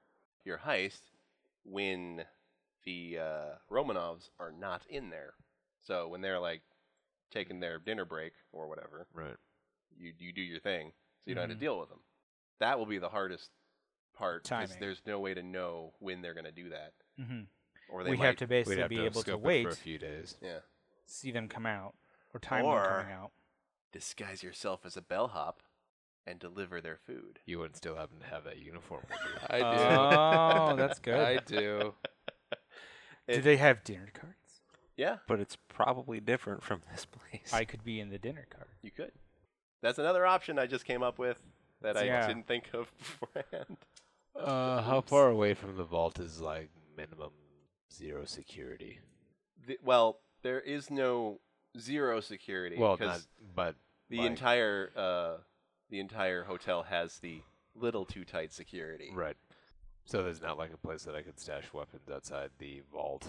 S1: your heist when the uh, Romanovs are not in there. So when they're like taking their dinner break or whatever,
S4: Right.
S1: you you do your thing, so you don't
S6: Mm-hmm.
S1: have to deal with them. That will be the hardest part
S6: Timing.
S1: there's no way to know when they're going to do that,
S6: Mm-hmm.
S1: or they
S6: We
S1: might.
S6: have to
S4: We'd
S6: basically
S4: have
S6: be
S4: to
S6: able to
S4: scope it
S6: wait,
S4: for a few days.
S1: yeah.
S6: see them come out, or time
S1: Or-
S6: them coming out.
S1: Disguise yourself as a bellhop and deliver their food.
S4: You wouldn't still happen to have that uniform. Would you?
S9: I do.
S6: Oh, (laughs)
S4: (laughs)
S6: that's good.
S9: I do.
S6: Do
S1: It-
S6: they have dinner cards?
S1: Yeah,
S3: But it's probably different from this place.
S6: I (laughs) could be in the dinner card.
S1: You could. That's another option I just came up with that I
S6: Yeah.
S1: didn't think of (laughs) beforehand.
S4: Uh, how far away from the vault is like minimum zero security?
S1: The, well, there is no zero security
S4: Well, not,
S1: because
S4: but
S1: the
S4: like-
S1: entire uh, the entire hotel has the little too tight security.
S4: right. So there's not like a place that I could stash weapons outside the vault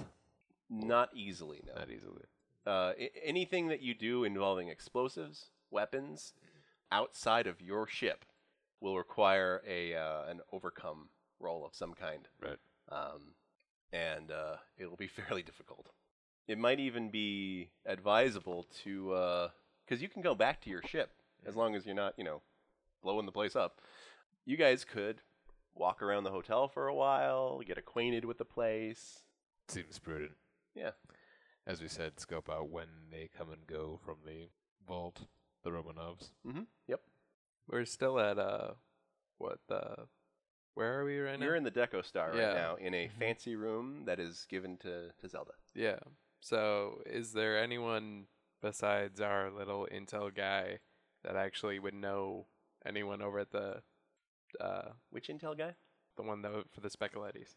S1: Not easily, no.
S4: that easily.
S1: uh, I- anything that you do involving explosives, weapons, outside of your ship will require a uh, an overcome roll of some kind.
S4: Right.
S1: Um, and uh, it will be (laughs) fairly difficult. It might even be uh,
S9: Mm-hmm.
S1: advisable to because you can go back to your ship as long as you're not you know blowing the place up. You guys could walk around the hotel for a while, get acquainted with the place.
S4: Seems prudent.
S1: Yeah.
S4: As we said, scope out when they come and go from the vault, the Romanovs.
S1: Mm-hmm. Yep.
S9: We're still at uh, what the? Where are we right now?
S1: You're in the Deco Star right
S9: Yeah. Mm-hmm.
S1: now in a fancy room that is given to, to Zelda.
S9: yeah. So, is there anyone besides our little intel guy that actually would know anyone over at the uh,
S1: Which intel guy?
S9: the one that w- for the speculettes?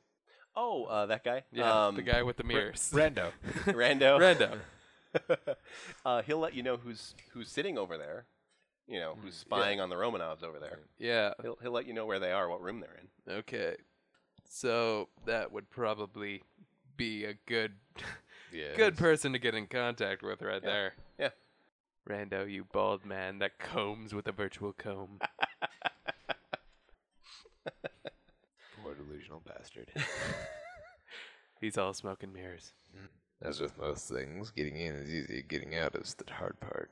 S1: Oh, uh, that guy.
S9: Yeah,
S1: Um,
S9: the guy with the mirrors.
S4: Rando.
S1: (laughs) Rando.
S9: (laughs) Rando.
S1: (laughs) uh, he'll let you know who's who's sitting over there. You know
S6: Mm,
S1: who's spying on the Romanovs over there.
S9: (laughs) Yeah.
S1: He'll he'll let you know where they are, what room they're in.
S9: Okay. So that would probably be a good (laughs)
S4: Yeah.
S9: good person to get in contact with right
S1: Yeah.
S9: there.
S1: Yeah.
S9: Rando, you bald man that combs with a virtual (laughs) comb.
S4: Poor delusional bastard.
S9: He's all smoke and mirrors.
S4: As with most things, getting in is easy, getting out is the hard part.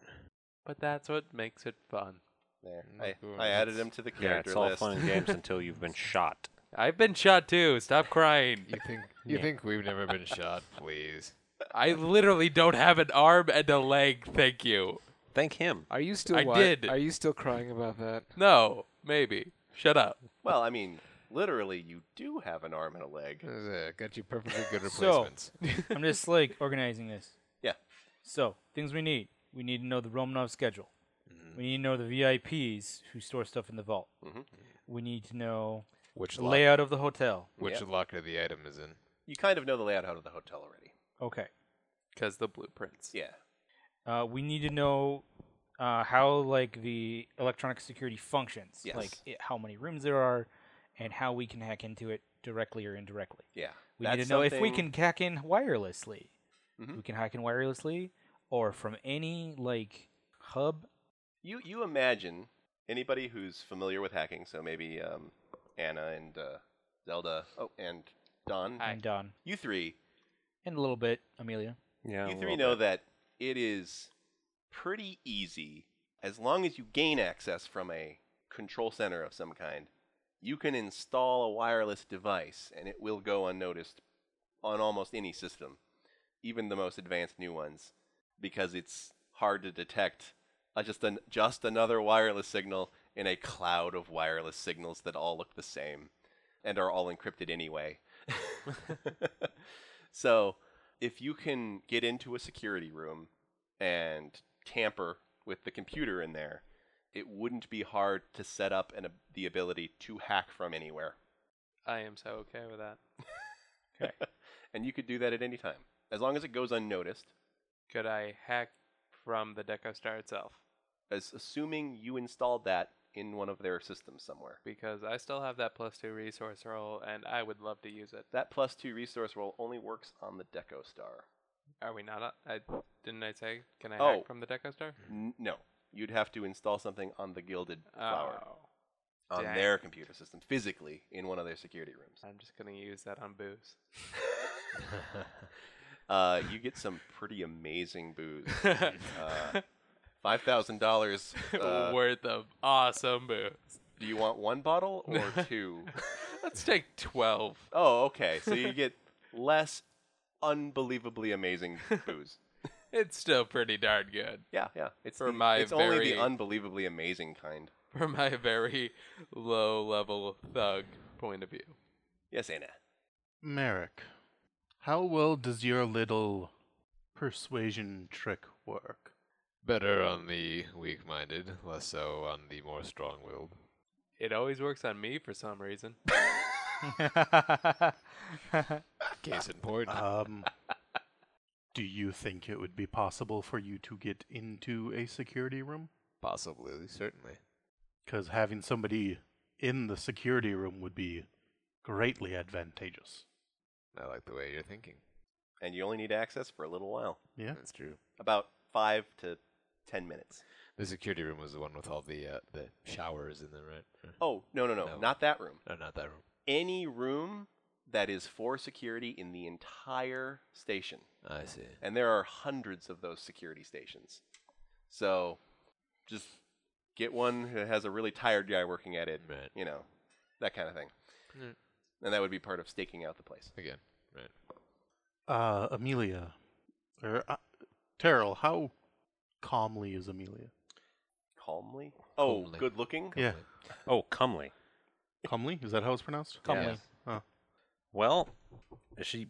S9: But that's what makes it fun.
S1: There.
S4: Mm,
S1: I,
S4: cool.
S1: I added him to
S6: (laughs)
S1: the
S3: Yeah,
S1: character
S3: it's all
S1: list.
S3: fun and games until you've (laughs) been shot.
S9: I've been shot too. Stop crying.
S4: You think you think we've never been (laughs) shot, please.
S9: I literally don't have an arm and a leg. Thank you.
S3: Thank him.
S4: Are you still
S9: I
S4: wi-
S9: did.
S4: Are you still crying about that?
S9: No, maybe. Shut up.
S1: (laughs) Well, I mean, literally, you do have an arm and a leg.
S4: Uh, Got you perfectly (laughs) good
S6: So-
S4: replacements.
S6: I'm just like organizing this.
S1: Yeah.
S6: So things we need: we need to know the Romanov schedule. We need to know the VIPs who store stuff in the vault.
S1: Mhm.
S6: We need to know
S4: which (laughs)
S6: the
S4: lock,
S6: layout of the hotel.
S4: which
S1: Yep.
S4: locker the item is in?
S1: You kind of know the layout of the hotel already.
S6: Okay.
S9: Because the blueprints.
S1: Yeah.
S6: Uh, we need to know uh, how like the electronic security functions,
S1: Yes.
S6: like it, how many rooms there are, and how we can hack into it directly or indirectly.
S1: Yeah.
S6: We need
S1: That's
S6: to know if we
S1: something-
S6: can hack in wirelessly.
S1: Mhm.
S6: We can hack in wirelessly, or from any like hub.
S1: You you imagine anybody who's familiar with hacking, so maybe um, Anna and uh, Zelda. Oh, and Don.
S6: I'm done.
S1: You three.
S6: And a little bit, Amelia.
S3: Yeah.
S1: you
S3: a
S1: three know
S3: little bit.
S1: that it is pretty easy as long as you gain access from a control center of some kind you can install a wireless device and it will go unnoticed on almost any system even the most advanced new ones because it's hard to detect uh, just an, just another wireless signal in a cloud of wireless signals that all look the same and are all encrypted anyway (laughs) so if you can get into a security room and tamper with the computer in there, it wouldn't be hard to set up an, ab- the ability to hack from anywhere.
S9: I am so okay with that.
S1: (laughs) and you could do that at any time, as long as it goes unnoticed.
S9: Could I hack from the Deco Star itself?
S1: As assuming you installed that in one of their systems somewhere.
S9: Because I still have that plus two resource roll and I would love to use it.
S1: That plus two resource roll only works on the Deco Star.
S9: Are we not? I didn't I say? Can I
S1: Oh.
S9: hack from the Deco Star?
S1: N- no, you'd have to install something on the Gilded Flower
S9: Oh,
S1: on
S9: dang
S1: their
S9: it.
S1: computer system, physically in one of their security rooms.
S9: I'm just gonna use that on booze. (laughs)
S1: uh, you get some pretty amazing
S9: (laughs)
S1: booze. Uh, Five thousand dollars. Uh.
S9: Worth of awesome booze.
S1: Do you want one bottle
S9: (laughs)
S1: or two?
S9: Let's take twelve.
S1: oh, okay. So you get less unbelievably amazing booze.
S9: It's still pretty darn good
S1: Yeah, yeah. It's
S9: For
S1: the-
S9: my
S1: It's only the
S9: very-
S1: unbelievably amazing kind.
S9: for my very low level thug point of view.
S1: Yes, Anna.
S2: Merrick, how well does your little persuasion trick work? (laughs)
S4: Better on the weak-minded, less so on the more strong-willed.
S9: It always works on me for some reason.
S4: Case in
S2: (laughs)
S4: point.
S2: Um, do you think it would be possible for you to get into a security room?
S4: Possibly, certainly.
S2: Because having somebody in the security room would be greatly advantageous.
S4: I like the way you're thinking.
S1: And you only need access for a little while,
S2: Yeah.
S4: That's true.
S1: about five to ten minutes.
S4: The security room was the one with all the uh, the showers in there, right?
S1: Oh no, no, no,
S4: No.
S1: not that room.
S4: no, not that room.
S1: Any room that is for security in the entire station.
S4: I see.
S1: and there are hundreds of those security stations. So, just Get one that has a really tired guy working at it.
S4: Right.
S1: You know, that kind of thing.
S4: Right.
S1: And that would be part of staking out the place.
S4: Again, right.
S2: Uh, Amelia, or uh, Terrell, how calmly is Amelia?
S1: Calmly. Oh,
S4: Calmly.
S1: good
S2: (laughs)
S1: looking.
S2: Yeah,
S3: Oh, comely.
S2: calmly. Is that how it's pronounced? Oh,
S6: Calmly.
S3: Well, is (laughs) she.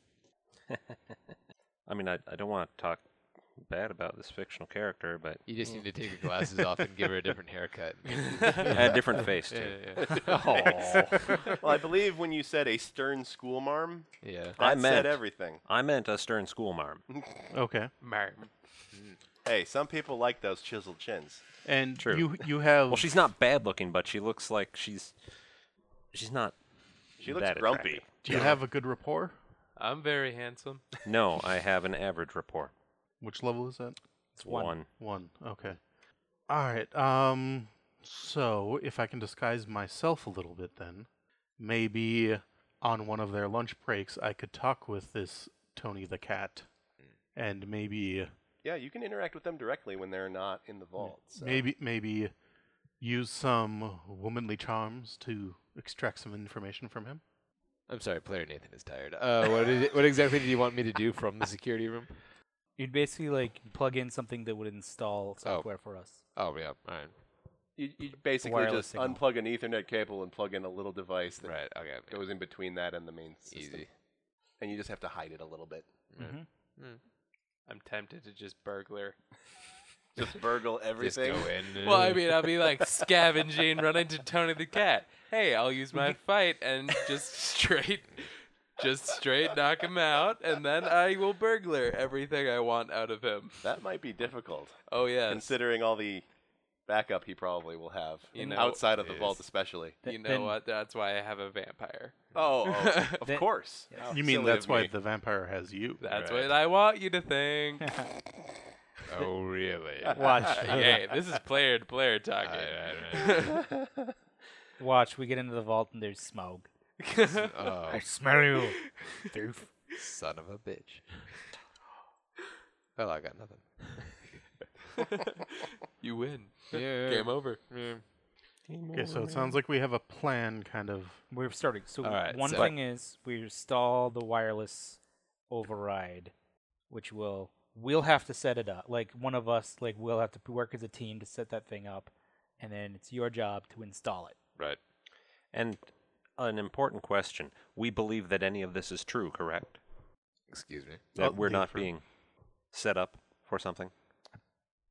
S3: I mean, I, I don't want to talk bad about this fictional character,
S1: (laughs)
S3: but
S4: You just need to take your glasses off and give her a different haircut.
S3: a different face,
S4: Yeah,
S3: too.
S4: yeah, yeah.
S1: well, I believe when you said a stern schoolmarm,
S4: (laughs) Yeah.
S1: that
S3: I
S1: said Mm-hmm.
S3: meant-
S1: everything.
S3: I meant a stern schoolmarm.
S2: Okay.
S9: Martin.
S1: Hey, some people like those chiseled chins.
S2: And
S3: True.
S2: you you have
S3: Well, she's not bad looking, but she looks like she's. She's not.
S1: She looks
S3: that
S1: grumpy.
S2: do you have a good rapport?
S9: I'm very handsome.
S3: attractive. No, I have an average rapport.
S2: Which level is that?
S3: It's one.
S2: One. Okay. All right. Um. So if I can disguise myself a little bit, then maybe on one of their lunch breaks, I could talk with this Tony the cat, and maybe
S1: Yeah, you can interact with them directly when they're not in the vault. So.
S2: maybe maybe use some womanly charms to extract some information from him.
S4: I'm sorry, player Nathan is tired. Uh, what, is it, what exactly did you want me to do from the security room?
S6: You'd basically like plug in something that would install software for us.
S4: Oh, yeah. All right.
S1: you, you basically
S6: wireless
S1: just
S6: signal.
S1: unplug an Ethernet cable and plug in a little device that
S4: Right. Okay. okay.
S1: goes in between that and the main system.
S4: Easy.
S1: And you just have to hide it a little bit.
S9: I'm tempted to just burglar.
S1: Just burgle
S4: Just
S1: everything.
S4: go in.
S9: Well, I mean, I'll be like scavenging, run into Tony the cat. Hey, I'll use my fight and just straight, just straight knock him out, and then I will burglar everything I want out of him.
S1: That might be difficult,
S9: Oh yeah,
S1: considering all the backup he probably will have
S9: You know,
S1: outside of the
S4: it
S1: vault,
S4: is.
S1: especially.
S9: you know what? That's why I have a vampire.
S1: Oh, oh, of
S6: That-
S1: course.
S6: Yes.
S2: You mean
S9: silly of
S2: that's why
S9: me.
S2: the vampire has you? (laughs)
S9: That's
S4: Right.
S9: what I want you to think.
S4: oh, really?
S6: Watch,
S9: (laughs) Yay, this is player to player talking.
S6: watch. We get into the vault and there's smoke.
S4: Oh,
S6: smell you.
S4: son of a bitch. Well, I got nothing.
S9: (laughs) You win.
S4: Yeah.
S9: Game over.
S2: Okay, so it sounds like we have a plan, kind of.
S6: We're starting. So
S4: All right,
S6: one
S4: so-
S6: thing is we install the wireless override, which will we'll have to set it up. Like one of us, like we'll have to p- work as a team to set that thing up, and then it's your job to install it.
S4: Right.
S3: And an important question. We believe that any of this is true, correct?
S4: Excuse me.
S3: That
S2: Oh,
S3: we're
S2: the
S3: not
S2: affirm-
S3: being set up for something?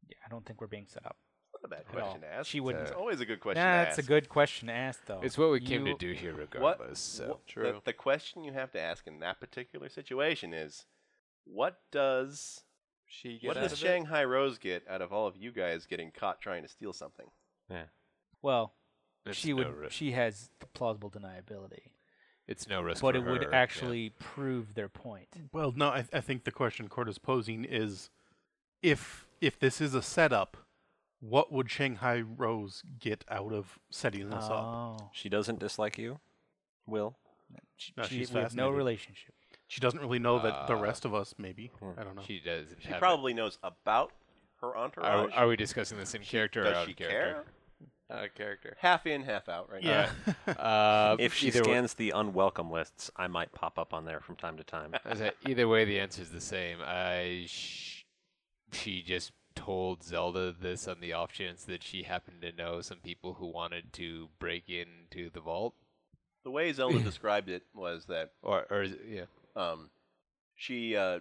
S6: Yeah, I don't think we're being set up.
S1: Not a bad
S6: At all.
S1: question to ask.
S6: She wouldn't.
S1: It's always a good question to
S6: Nah, that's a
S1: ask.
S6: good question to ask, though.
S4: It's what we came
S6: Oh, You-
S4: to do here,
S1: What,
S4: regardless. so.
S1: what- The, the question you have to ask in that particular situation is, what does
S9: She
S1: what does Shanghai Rose get out of all of you guys getting caught trying to steal something?
S3: Yeah.
S6: Well,
S4: It's
S6: she
S4: no
S6: would.
S4: risk.
S6: She has plausible deniability,
S4: It's no risk.
S6: but
S4: for
S6: it would
S4: her, yeah.
S6: actually prove their point.
S2: Well, no, I, I think the question Court is posing is, if if this is a setup, what would Shanghai Rose get out of setting this up?
S6: Oh,
S3: She doesn't dislike you, Will?
S6: she,
S2: No,
S6: she-
S2: she's
S6: we have no
S2: fascinated.
S6: relationship.
S2: She doesn't really know that the
S4: Uh,
S2: rest of us. Maybe
S3: hmm.
S2: I don't know.
S4: She does.
S1: She
S4: have it.
S1: probably knows about her entourage.
S4: Are, are we discussing this in character or
S1: does
S4: out
S1: she
S4: of character?
S9: Uh, (laughs) character.
S1: Half in, half out, right?
S2: yeah. (laughs)
S4: Uh,
S3: If she
S4: either wa- (laughs)
S3: scans the unwelcome lists, I might pop up on there from time
S1: (laughs)
S3: to time.
S4: I was like, either way, the answer is the same. I sh- she just told Zelda this on the off chance that she happened to know some people who wanted to break into the vault,
S1: The way
S4: (clears throat)
S1: Zelda described it was that
S4: or or is it- yeah,
S1: um, she uh,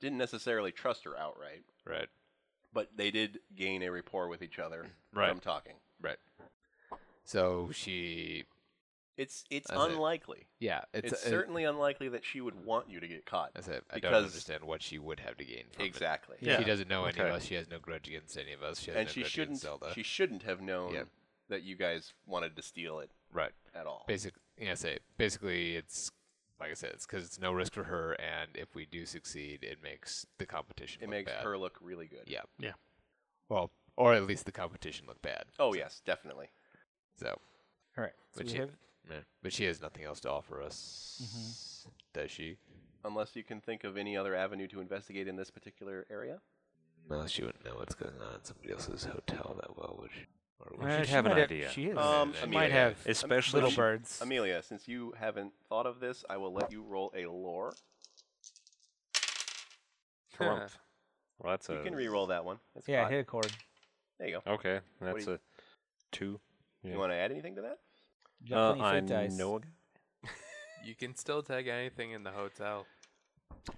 S1: didn't necessarily trust her outright,
S4: right,
S1: but they did gain a rapport with each other
S4: Right.
S1: from talking.
S4: right. So she,
S1: It's it's
S4: That's it.
S1: unlikely.
S4: yeah, it's,
S1: It's,
S4: uh,
S1: certainly unlikely that she would want you to get caught.
S4: I said, I don't
S1: because-
S4: understand what she would have to gain from it.
S1: Exactly.
S2: Yeah.
S4: She doesn't know any
S3: Okay.
S4: of us. She has no grudge against any of us. She has
S1: And
S4: no
S1: she
S4: grudge
S1: shouldn't
S4: against Zelda.
S1: she shouldn't have known
S4: Yeah.
S1: that you guys wanted to steal it
S4: right.
S1: at all.
S4: Basic, yeah, say basically it's like I said, it's because it's no risk for her, and if we do succeed, it makes the competition.
S1: It
S4: look
S1: makes
S4: bad.
S1: her look really good.
S4: Yeah.
S2: Yeah.
S4: Well, or at least the competition look bad.
S1: Oh yes, definitely.
S4: So,
S6: All right. So
S4: Which
S6: we
S4: it-
S6: have
S4: yeah. but she has nothing else to offer us, does she?
S1: Unless you can think of any other avenue to investigate in this particular area.
S4: No, she wouldn't know what's going on at somebody else's hotel that well, would she?
S3: Or we should have an idea.
S6: Eh, She is.
S1: Um,
S6: she
S1: I mean,
S6: might
S1: yeah.
S6: have
S3: Especially
S1: (laughs)
S6: little
S3: she-
S6: birds.
S1: Amelia, since you haven't thought of this, I will let you roll a lore.
S3: Karumph. Well, that's a
S1: You can re-roll that one. That's
S6: yeah,
S1: fine.
S6: hit a chord.
S1: There you go.
S3: Okay, that's
S1: do you-
S3: a two.
S1: You want to add anything to that?
S6: You got
S3: Uh,
S6: plenty of
S3: I
S6: fate dice.
S3: know. a-
S9: You can still tag anything in the hotel.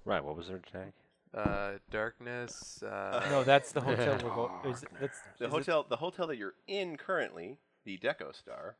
S3: Right. What was their tag?
S9: Uh, darkness. Uh,
S6: No, that's
S1: (laughs)
S6: the hotel we're
S1: Oh,
S6: going. Is, that's
S1: The
S6: is it-
S1: hotel, the hotel that you're in currently, the Deco Star,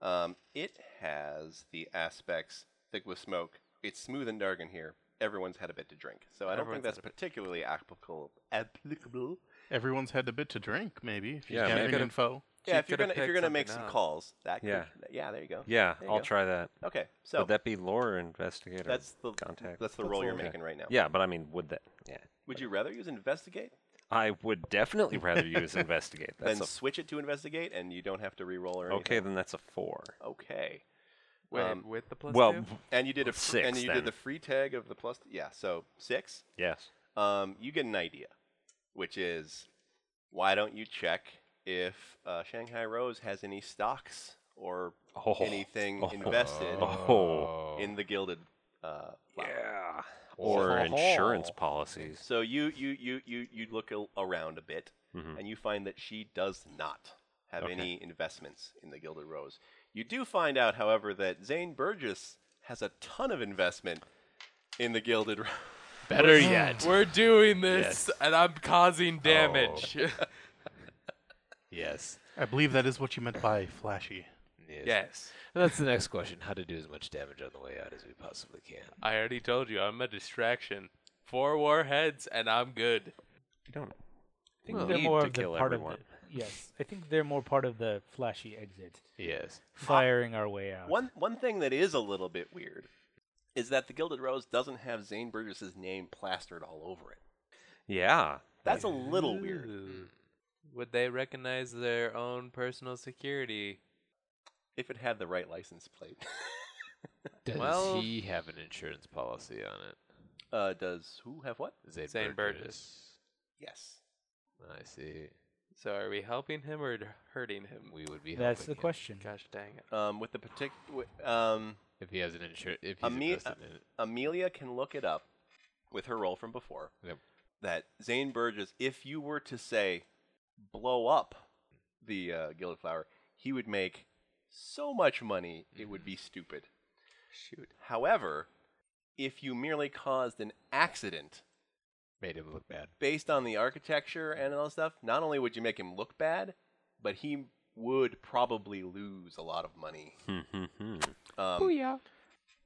S1: um, it has the aspects thick with smoke. It's smooth and dark in here. Everyone's had a bit to drink, so I don't
S9: Everyone's
S1: think that's particularly applicable. Applicable.
S2: Everyone's had a bit to drink, maybe. If you
S3: Yeah,
S2: yeah,
S3: maybe.
S2: gathering info.
S1: Yeah, if you're
S9: could have
S1: gonna if you're
S9: picked
S1: gonna make
S9: something
S1: some
S9: up.
S1: calls, that could,
S3: Yeah.
S1: yeah, there you go.
S3: Yeah,
S1: There you
S3: I'll
S1: go.
S3: try that.
S1: Okay, so
S3: would that be lore or investigator?
S1: that's the
S3: contact.
S1: that's the role you're making right now.
S3: Yeah, but I mean, would that? Yeah,
S1: Would you rather use investigate,
S3: I would definitely rather
S1: (laughs)
S3: use investigate. That's
S1: then
S3: a,
S1: switch it to investigate, and you don't have to re-roll or
S3: okay,
S1: anything?
S3: then that's a four.
S1: Okay.
S9: wait,
S1: um,
S9: with the plus
S3: well, (laughs)
S9: two?
S3: v-
S1: And you did a fr-
S3: Six,
S1: and you
S3: then.
S1: did the free tag of the plus. yeah, so six.
S3: yes.
S1: um, you get an idea, which is why don't you check if uh, Shanghai Rose has any stocks or
S3: Oh.
S1: anything
S3: (laughs) Oh.
S1: invested
S3: Oh.
S1: in the gilded uh, flower?
S3: Yeah. Or
S1: Oh.
S3: insurance policies.
S1: So you, you, you, you, you look a- around a bit
S3: Mhm.
S1: and you find that she does not have
S3: Okay.
S1: any investments in the Gilded Rose. You do find out, however, that Zane Burgess has a ton of investment in the Gilded Rose.
S4: Better yet.
S9: (laughs) We're doing this, and I'm causing damage. (laughs)
S4: Yes.
S2: I believe that is what you meant by flashy.
S4: Yes.
S9: yes.
S4: That's the next question. How to do as much damage on the way out as we possibly can.
S9: I already told you, I'm a distraction. Four warheads, and I'm good.
S3: You don't
S6: I think
S3: need
S6: they're more
S3: to
S6: of the
S3: kill
S6: part
S3: everyone.
S6: of the, Yes, I think they're more part of the flashy exit,
S4: Yes.
S6: firing our way
S1: (laughs)
S6: out.
S1: One one thing that is a little bit weird is that the Gilded Rose doesn't have Zane Burgess's name plastered all over it.
S3: Yeah.
S1: That's a little weird.
S9: Would they recognize their own personal security?
S1: If it had the right license plate, (laughs)
S4: Does
S9: Well-
S4: he have an insurance policy on it?
S1: uh, does who have what?
S4: Zane,
S9: Zane
S1: Yes.
S4: I see.
S9: So are we helping him or d- hurting him?
S4: We would be.
S6: That's the
S4: helping him
S6: question.
S9: Gosh dang it.
S1: Um, with the partic- wi- um,
S4: If he has an insurance, if he's
S1: Ami-
S4: invested in it.
S1: uh, Amelia can look it up with her role from before.
S4: Yep.
S1: That Zane Burgess, if you were to say, blow up the uh, Gilded Flower, he would make so much money it
S4: Mm-hmm.
S1: would be stupid.
S9: Shoot.
S1: However, if you merely caused an accident
S4: made him look bad.
S1: based on the architecture and all that stuff, not only would you make him look bad, but he would probably lose a lot of money. Um,
S5: yeah.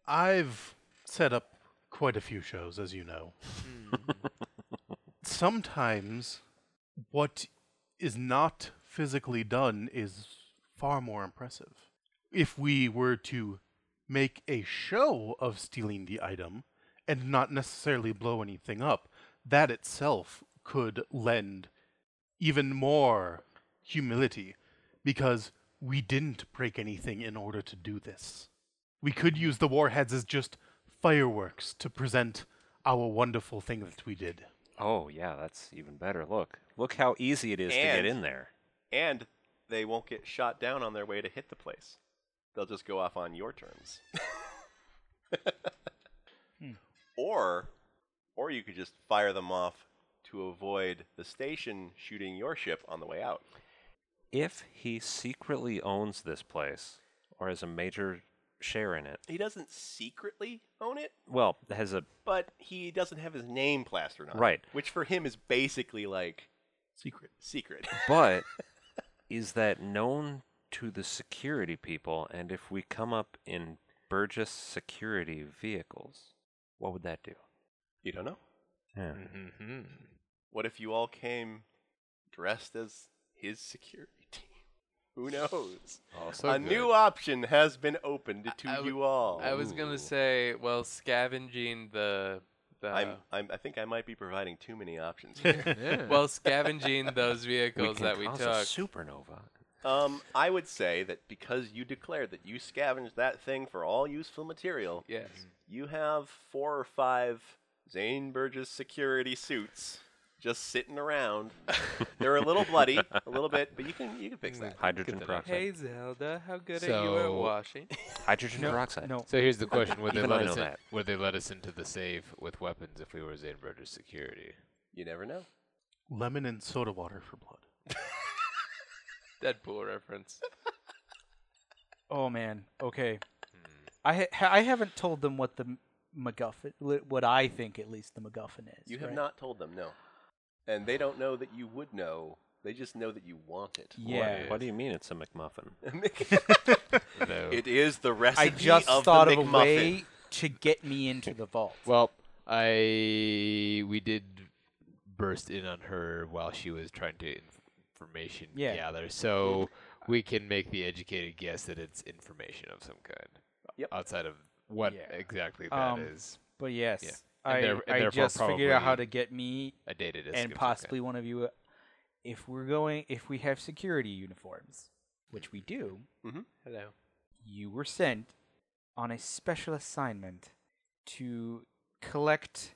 S2: I've set up quite a few shows, as you know. Sometimes what is not physically done is far more impressive. If we were to make a show of stealing the item and not necessarily blow anything up, that itself could lend even more humility because we didn't break anything in order to do this. We could use the warheads as just fireworks to present our wonderful thing that we did.
S3: Oh yeah, that's even better. Look, look how easy it is to get
S1: And-
S3: in there.
S1: and they won't get shot down on their way to hit the place. They'll just go off on your (laughs) terms. Or or you could just fire them off to avoid the station shooting your ship on the way out.
S3: If he secretly owns this place or has a major share in it,
S1: He doesn't secretly own it,
S3: well, has (laughs) a
S1: but he doesn't have his name plastered on it.
S3: Right.
S1: Which for him is basically like
S2: Secret.
S1: (laughs) secret.
S3: but is that known to the security people? And if we come up in Burgess security vehicles, what would that do?
S1: you don't know?
S3: Yeah.
S6: Hmm.
S4: Mm-hmm.
S1: What if you all came dressed as his security team? Who knows?
S4: Also
S1: a
S4: good.
S1: new option has been opened to
S9: I w-
S1: you all.
S9: I was gonna
S4: Ooh.
S9: say, well, scavenging the the
S1: I'm, I'm, I think I might be providing too many options
S9: (laughs)
S1: here.
S4: Yeah.
S9: well, scavenging those
S3: We
S9: vehicles
S3: can
S9: that we
S3: cause
S9: took.
S3: a supernova.
S1: um, I would say that because you declared that you scavenged that thing for all useful material,
S9: Yes.
S1: you have four or five Zane Burgess security suits just sitting
S9: (laughs)
S1: around. They're a little bloody, a little bit, but you can you can fix
S9: Mm.
S1: that.
S3: Hydrogen peroxide.
S9: Hey Zelda, how good are you at
S4: So-
S9: washing?
S3: Hydrogen peroxide.
S6: No.
S4: So here's the question: Would they
S3: Even
S4: let
S3: I
S4: us?
S3: know
S4: In,
S3: that.
S4: would they let us into the safe with weapons if we were Zanberger's security?
S1: You never know.
S2: Lemon and soda water for blood.
S9: Deadpool reference.
S6: Oh man. Okay.
S1: Hmm.
S6: I ha- I haven't told them what the m- MacGuffin, li- what I think at least the MacGuffin is.
S1: You have
S6: right?
S1: not told them, no. And they don't know that you would know. They just know that you want it.
S6: Yeah.
S3: What do you mean it's a
S6: (laughs)
S3: McMuffin?
S4: No.
S1: it is the recipe
S6: I just
S1: of
S6: thought
S1: the
S6: of a
S1: McMuffin.
S6: way to get me into the vault.
S4: well, I we did burst in on her while she was trying to inf- information
S6: Yeah.
S4: gather, so we can make the educated guess that it's information of some kind.
S1: Yep.
S4: Outside of what
S6: Yeah.
S4: exactly that
S6: Um,
S4: is,
S6: but yes,
S4: And
S6: I,
S4: there- and
S6: I
S4: therefore
S6: just figured out how
S4: probably
S6: to get me
S4: a data disk of some
S6: and
S4: kind.
S6: possibly one of you. uh, If we're going, if we have security uniforms, which we do,
S4: Mm-hmm.
S9: Hello.
S6: you were sent on a special assignment to collect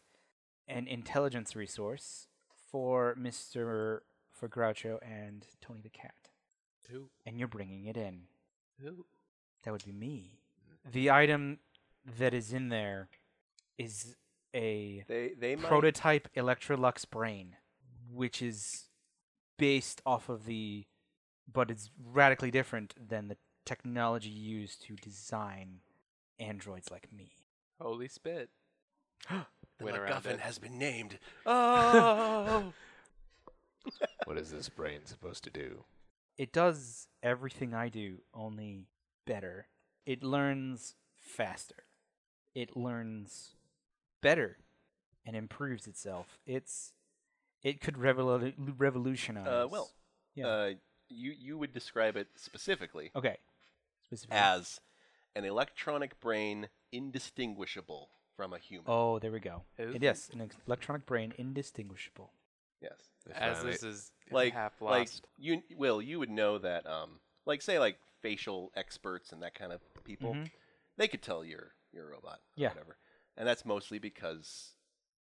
S6: an intelligence resource for Mr. for Groucho and Tony the Cat.
S9: Who?
S6: And you're bringing it in.
S9: Who? Mm.
S6: That would be me. The item that is in there is a
S1: They they might
S6: prototype Electrolux brain, which is based off of the, but it's radically different than the technology used to design androids like me.
S9: Holy (laughs) spit.
S1: the
S9: win around
S1: MacGuffin
S9: it.
S1: has been named.
S9: Oh.
S4: What is this brain supposed to do?
S6: It does everything I do, only better. It learns faster. It learns better and improves itself. It's it could revolu- revolutionize.
S1: Uh, well,
S6: yeah.
S1: uh, you you would describe it specifically
S6: okay. Specifically.
S1: as an electronic brain indistinguishable from a human.
S6: Oh, there we go.
S9: Who?
S6: And yes, an ex- electronic brain indistinguishable.
S1: Yes.
S9: As this is
S1: like
S9: half
S1: like
S9: lost.
S1: you will you would know that um like say like facial experts and that kind of people
S6: Mhm.
S1: they could tell you're you're a robot or
S6: Yeah.
S1: whatever and that's mostly because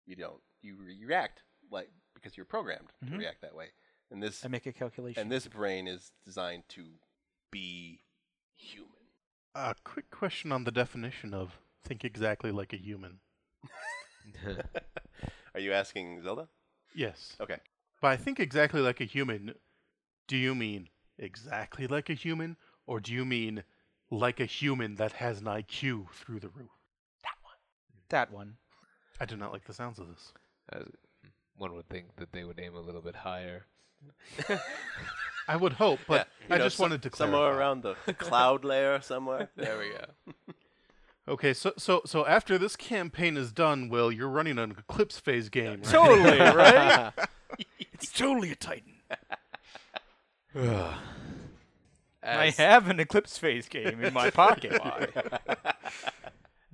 S1: you don't you re- react like because you're programmed to
S6: Mhm.
S1: react that way and this
S6: I make a calculation.
S1: and this brain is designed to be human (laughs)
S2: A quick question on the definition of think exactly like a human.
S1: are you asking zelda
S2: Yes.
S1: okay
S2: By think exactly like a human, do you mean exactly like a human, or do you mean like a human that has an IQ through the roof?
S6: that one.
S2: I do not like the sounds of this.
S4: As one would think that they would aim a little bit higher.
S2: I would hope, but
S1: You
S2: I
S1: know,
S2: just
S1: some-
S2: wanted to clarify.
S1: somewhere around the, (laughs) the cloud layer somewhere
S9: (laughs) There we go.
S2: Okay, so so so after this campaign is done, Will, you're running an eclipse phase game. Right?
S6: Totally, right? it's totally a Titan. I
S9: As,
S6: have an Eclipse Phase game in my
S9: (laughs)
S6: pocket.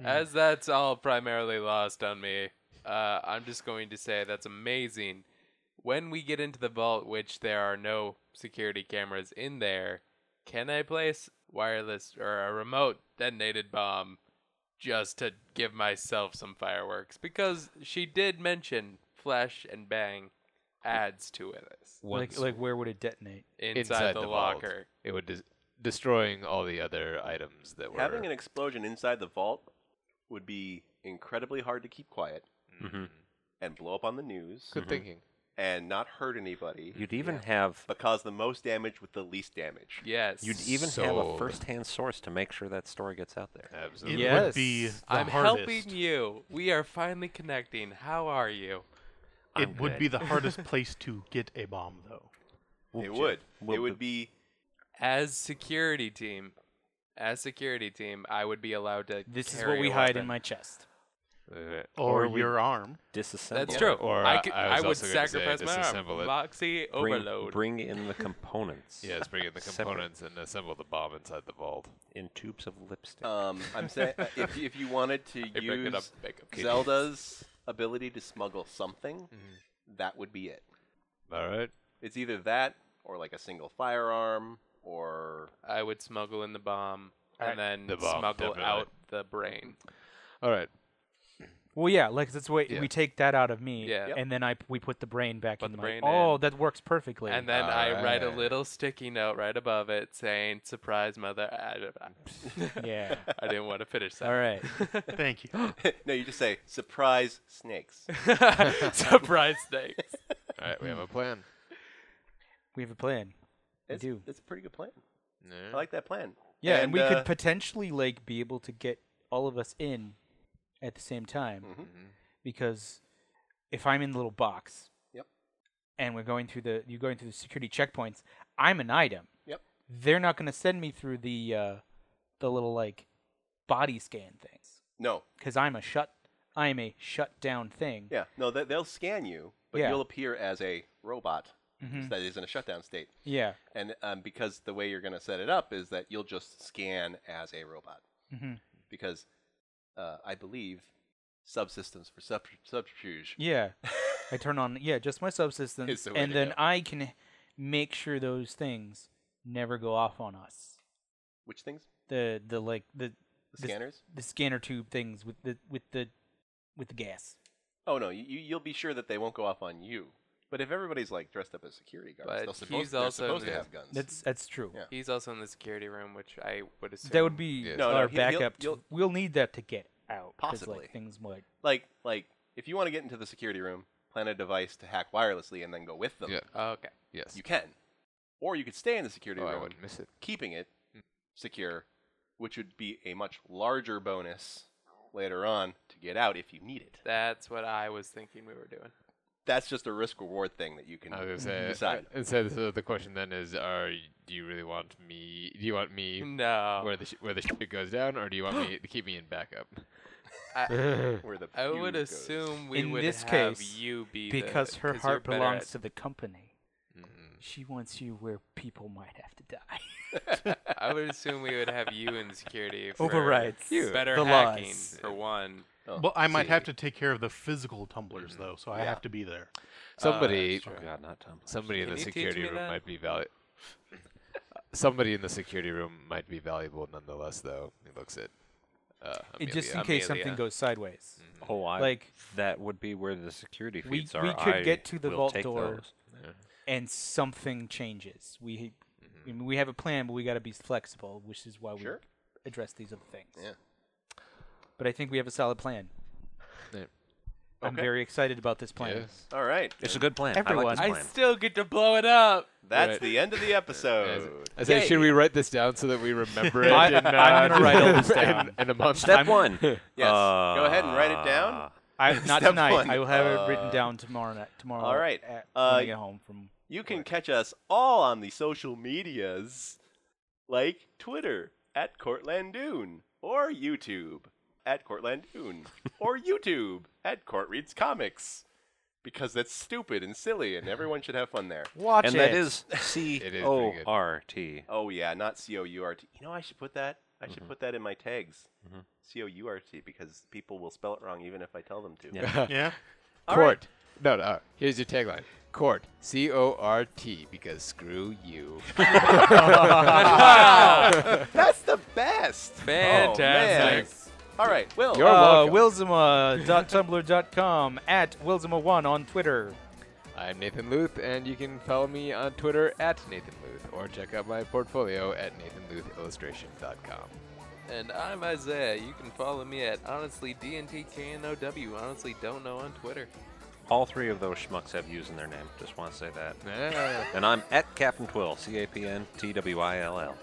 S9: as that's all primarily lost on me, uh, I'm just going to say that's amazing. When we get into the vault, which there are no security cameras in there, can I place wireless or a remote detonated bomb just to give myself some fireworks? Because she did mention flash and bang adds to it
S6: like,
S4: Once
S6: like, where would it detonate?
S9: inside, the,
S4: vault.
S9: locker.
S4: It would des- destroying all the other items that were
S1: having an explosion inside the vault would be incredibly hard to keep quiet
S6: Mm-hmm.
S3: Mhm.
S1: and blow up on the news Mhm.
S4: good thinking.
S1: and not hurt anybody,
S3: You'd even have
S1: but cause the most damage with the least damage.
S9: Yes.
S3: you'd even have a
S4: Sold.
S3: first-hand source to make sure that story gets out
S6: Mhm.
S3: there.
S2: It
S4: Absolutely.
S2: would be
S6: Yes.
S2: the
S9: I'm
S2: hardest.
S9: helping you. We are finally connecting. How are you?
S2: It
S3: I'm
S2: would
S3: good.
S2: be the hardest place to get a bomb,
S1: (laughs)
S2: though.
S1: it would.
S3: Whoop
S1: it would be.
S9: As security team, as security team, I would be allowed to.
S6: This is
S9: carry
S6: what we
S9: a
S6: hide
S9: weapon.
S6: in my chest.
S2: Or,
S3: we-
S1: (laughs)
S2: your arm.
S3: Disassemble.
S9: That's
S3: it.
S9: true.
S4: or
S9: I,
S4: I-
S9: could,
S4: I was
S9: would
S4: also gonna say
S9: sacrifice my
S4: disassemble
S9: arm.
S4: it.
S9: Moxie
S3: Bring,
S9: overload.
S3: bring in the components. (laughs)
S4: Yes, bring in the
S3: Separate.
S4: components and assemble the bomb inside the vault.
S3: In tubes of lipstick.
S1: Um, I'm saying uh, if if you wanted to
S9: Hey, break it up,
S1: use
S9: break up.
S1: Zelda's ability to smuggle something,
S9: Mm-hmm.
S1: that would be it.
S4: All right.
S1: It's either that or like a single firearm or (laughs)
S9: I would smuggle in the bomb and then
S4: The bomb,
S9: smuggle
S4: definitely.
S9: out the brain.
S4: All right.
S6: Well, yeah, like that's what
S4: Yeah.
S6: we take that out of me,
S9: Yeah. Yep.
S6: and then I p- we put the brain back
S9: Put
S6: in.
S9: the
S6: my-
S9: brain
S6: oh,
S9: in.
S6: that works perfectly.
S9: And then I write a
S4: Alright.
S9: little sticky note right above it saying, "Surprise, mother." I,
S6: (laughs)
S9: don't-
S6: yeah.
S9: (laughs) I didn't want to finish that.
S6: All right. (laughs)
S2: Thank you.
S1: no, you just say surprise
S9: (laughs)
S1: snakes.
S9: (laughs) Surprise snakes.
S4: All right, we have a plan.
S6: We have a plan.
S1: It's,
S6: do.
S1: It's a pretty good plan.
S4: Yeah.
S1: I like that plan.
S6: Yeah, and, we
S1: uh,
S6: could potentially like be able to get all of us in at the same time
S9: Mm-hmm.
S6: because if I'm in the little box,
S1: Yep.
S6: and we're going through the you're going through the security checkpoints, I'm an item.
S1: Yep.
S6: They're not going to send me through the uh, the little like body scan things
S1: No,
S6: because I'm a shut I'm a shut down thing.
S1: yeah, no, they, they'll scan you, but
S6: Yeah.
S1: you'll appear as a robot
S6: Mhm.
S1: that is in a shutdown state.
S6: Yeah.
S1: And um, because the way you're going to set it up is that you'll just scan as a robot.
S6: Mhm.
S1: Because uh, I believe subsystems for sub- subterfuge.
S6: Yeah. I turn on yeah, just my
S1: It's
S6: subsistence
S1: the way
S6: and
S1: to
S6: then
S1: go.
S6: I can make sure those things never go off on us.
S1: Which things?
S6: The the like the
S1: The
S6: This-
S1: scanners?
S6: the scanner tube things with the with the with the gas.
S1: Oh, no, you, you'll be sure that they won't go off on you. But if everybody's like dressed up as security guards,
S9: But
S1: they'll
S9: he's
S1: supposed, they're
S9: also
S1: supposed to
S9: the-
S1: have guns.
S6: That's that's true.
S1: Yeah.
S9: He's also in the security room, which I would assume.
S6: That would be
S4: Yeah.
S1: No, no,
S6: our
S1: he'll- he'll-
S6: backup. to-
S1: you'll-
S6: we'll need that to get out. 'cause,
S1: Possibly.
S6: like things might.
S1: like, like if you want to get into the security room, plan a device to hack wirelessly and then go with them.
S4: Yeah.
S9: Okay.
S4: Yes.
S1: You can. Or you could stay in the security
S4: oh, I Hmm.
S1: room,
S4: wouldn't miss it.
S1: keeping it secure, which would be a much larger bonus later on to get out if you need it.
S9: That's what I was thinking we were doing.
S1: That's just a risk reward thing that you can.
S4: I was gonna say.
S1: Decide.
S4: uh, So, so the question then is: Are do you really want me? Do you want me
S9: (laughs) No.
S4: where the sh- where the shit goes down, or do you want me to keep me in
S6: (gasps)
S4: backup?
S1: (laughs) Where the
S9: I would
S1: feud goes.
S9: assume we
S6: In
S9: would
S6: this
S9: have
S6: case,
S9: you be the-
S6: Because her
S9: 'cause you're
S6: heart
S9: better
S6: belongs
S9: at-
S6: to the company.
S4: Mm.
S6: She wants you where people might have to die.
S9: (laughs) I would assume we would have you
S6: (laughs)
S9: in security for
S6: Overrides You.
S9: better
S6: the
S9: hacking
S6: laws.
S9: for one.
S1: Oh,
S2: Well, I might have to take care of the physical tumblers though, so I have to be there.
S4: Somebody,
S3: Oh god, not Tom.
S4: Uh, somebody in
S9: Can
S4: the
S9: you teach
S4: security
S9: me
S4: room
S9: that?
S4: might be valuable. (laughs) somebody in the security room might be valuable nonetheless, though. He looks at. Uh,
S6: It- just in
S4: Amelia.
S6: case
S9: Amelia.
S6: something goes sideways.
S3: Oh, I
S6: Like-
S3: that would be where the security
S6: We-
S3: feeds
S6: we
S3: are.
S6: could
S3: I
S6: get to the
S3: will
S6: vault
S3: take
S6: door.
S3: those.
S6: and something changes. We I mean, we have a plan, but we got to be flexible, which is why
S1: Sure.
S6: we address these other things.
S1: Yeah.
S6: But I think we have a solid plan.
S4: Yeah.
S6: I'm very excited about this plan.
S4: Yes.
S1: All right.
S3: It's a good plan. I
S6: Everyone-
S3: like this plan.
S9: still get to blow it up.
S1: That's
S4: Right.
S1: the (laughs) end of the
S4: As-
S9: Oh.
S1: episode.
S4: I say, should we write this down so that we remember
S6: (laughs)
S4: it?
S6: I-
S4: in, uh,
S6: I'm gonna write all this
S4: (laughs) in-
S6: down.
S4: in a month.
S3: Step one. Uh,
S1: Yes. Go ahead and write it down.
S6: (laughs) I, not
S1: Step
S6: tonight.
S1: one.
S6: I will have it written
S1: Uh,
S6: down tomorrow night. Tomorrow.
S1: all right.
S6: at-
S1: Uh,
S6: when I get home from.
S1: You can catch us all on the social medias like Twitter at Courtland Dune or YouTube at Courtland (laughs) Dune or YouTube at Court Reads Comics because that's stupid and silly and everyone should have fun there.
S6: Watch
S3: and
S6: it.
S3: that is C
S4: pretty good.
S3: O R T.
S1: Oh yeah, not C O U R T. You know I should put that I should put that in my tags. C O U R T because people will spell it wrong even if I tell them to.
S3: Yeah.
S2: (laughs) Yeah.
S1: All
S4: court.
S1: right.
S4: No, no. Here's your tagline. Court. C O R T. Because screw
S6: (laughs)
S4: you.
S1: That's the best.
S9: Fantastic.
S1: Oh, man. All right. Well,
S4: You're
S6: Uh,
S4: welcome.
S6: Wilzima.tumblr.com at Wilzima1 on Twitter.
S4: I'm Nathan Luth, and you can follow me on Twitter at Nathan Luth, or check out my portfolio at NathanLuthIllustration.com.
S9: And I'm Isaiah. You can follow me at honestly DNTKNOW. Honestly, don't know on Twitter.
S3: All three of those schmucks have U's in their name. Just want to say that.
S4: Ah.
S3: And I'm at Captain Twill. C A P N T W I L L.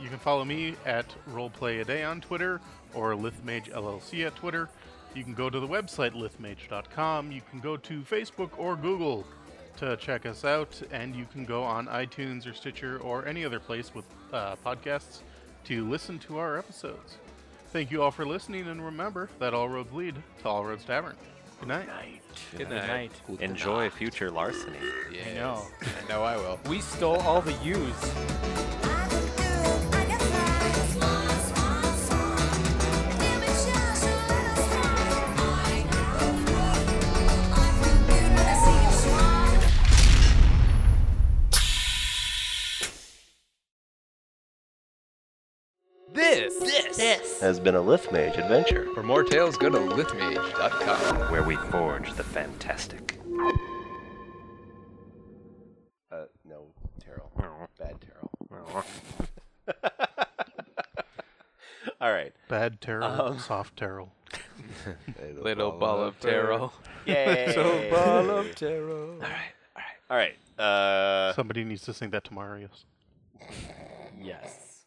S2: You can follow me at RolePlayAday on Twitter or LithMage LLC at Twitter. You can go to the website lithmage.com. You can go to Facebook or Google to check us out, and you can go on iTunes or Stitcher or any other place with uh, podcasts to listen to our episodes. Thank you all for listening, and remember that all roads lead to All Roads Tavern. Good night.
S3: Good
S6: Good night.
S3: Enjoy future larceny.
S4: Yes.
S6: know.
S4: I know I will.
S6: We stole all the U's.
S11: Thank you
S9: This. This.
S12: this
S1: has been a Lith Mage adventure.
S4: For more tales, go to lithmage.com.
S3: where we forge the fantastic.
S1: Uh, no, Terrell.
S3: No.
S1: Bad Terrell. (laughs) All right.
S2: Bad terror,
S1: Um.
S2: soft terror.
S9: Little ball of tarot.
S1: Yay.
S8: Tarot.
S1: All right. Uh,
S2: Somebody needs to sing that to Marius.
S6: Yes.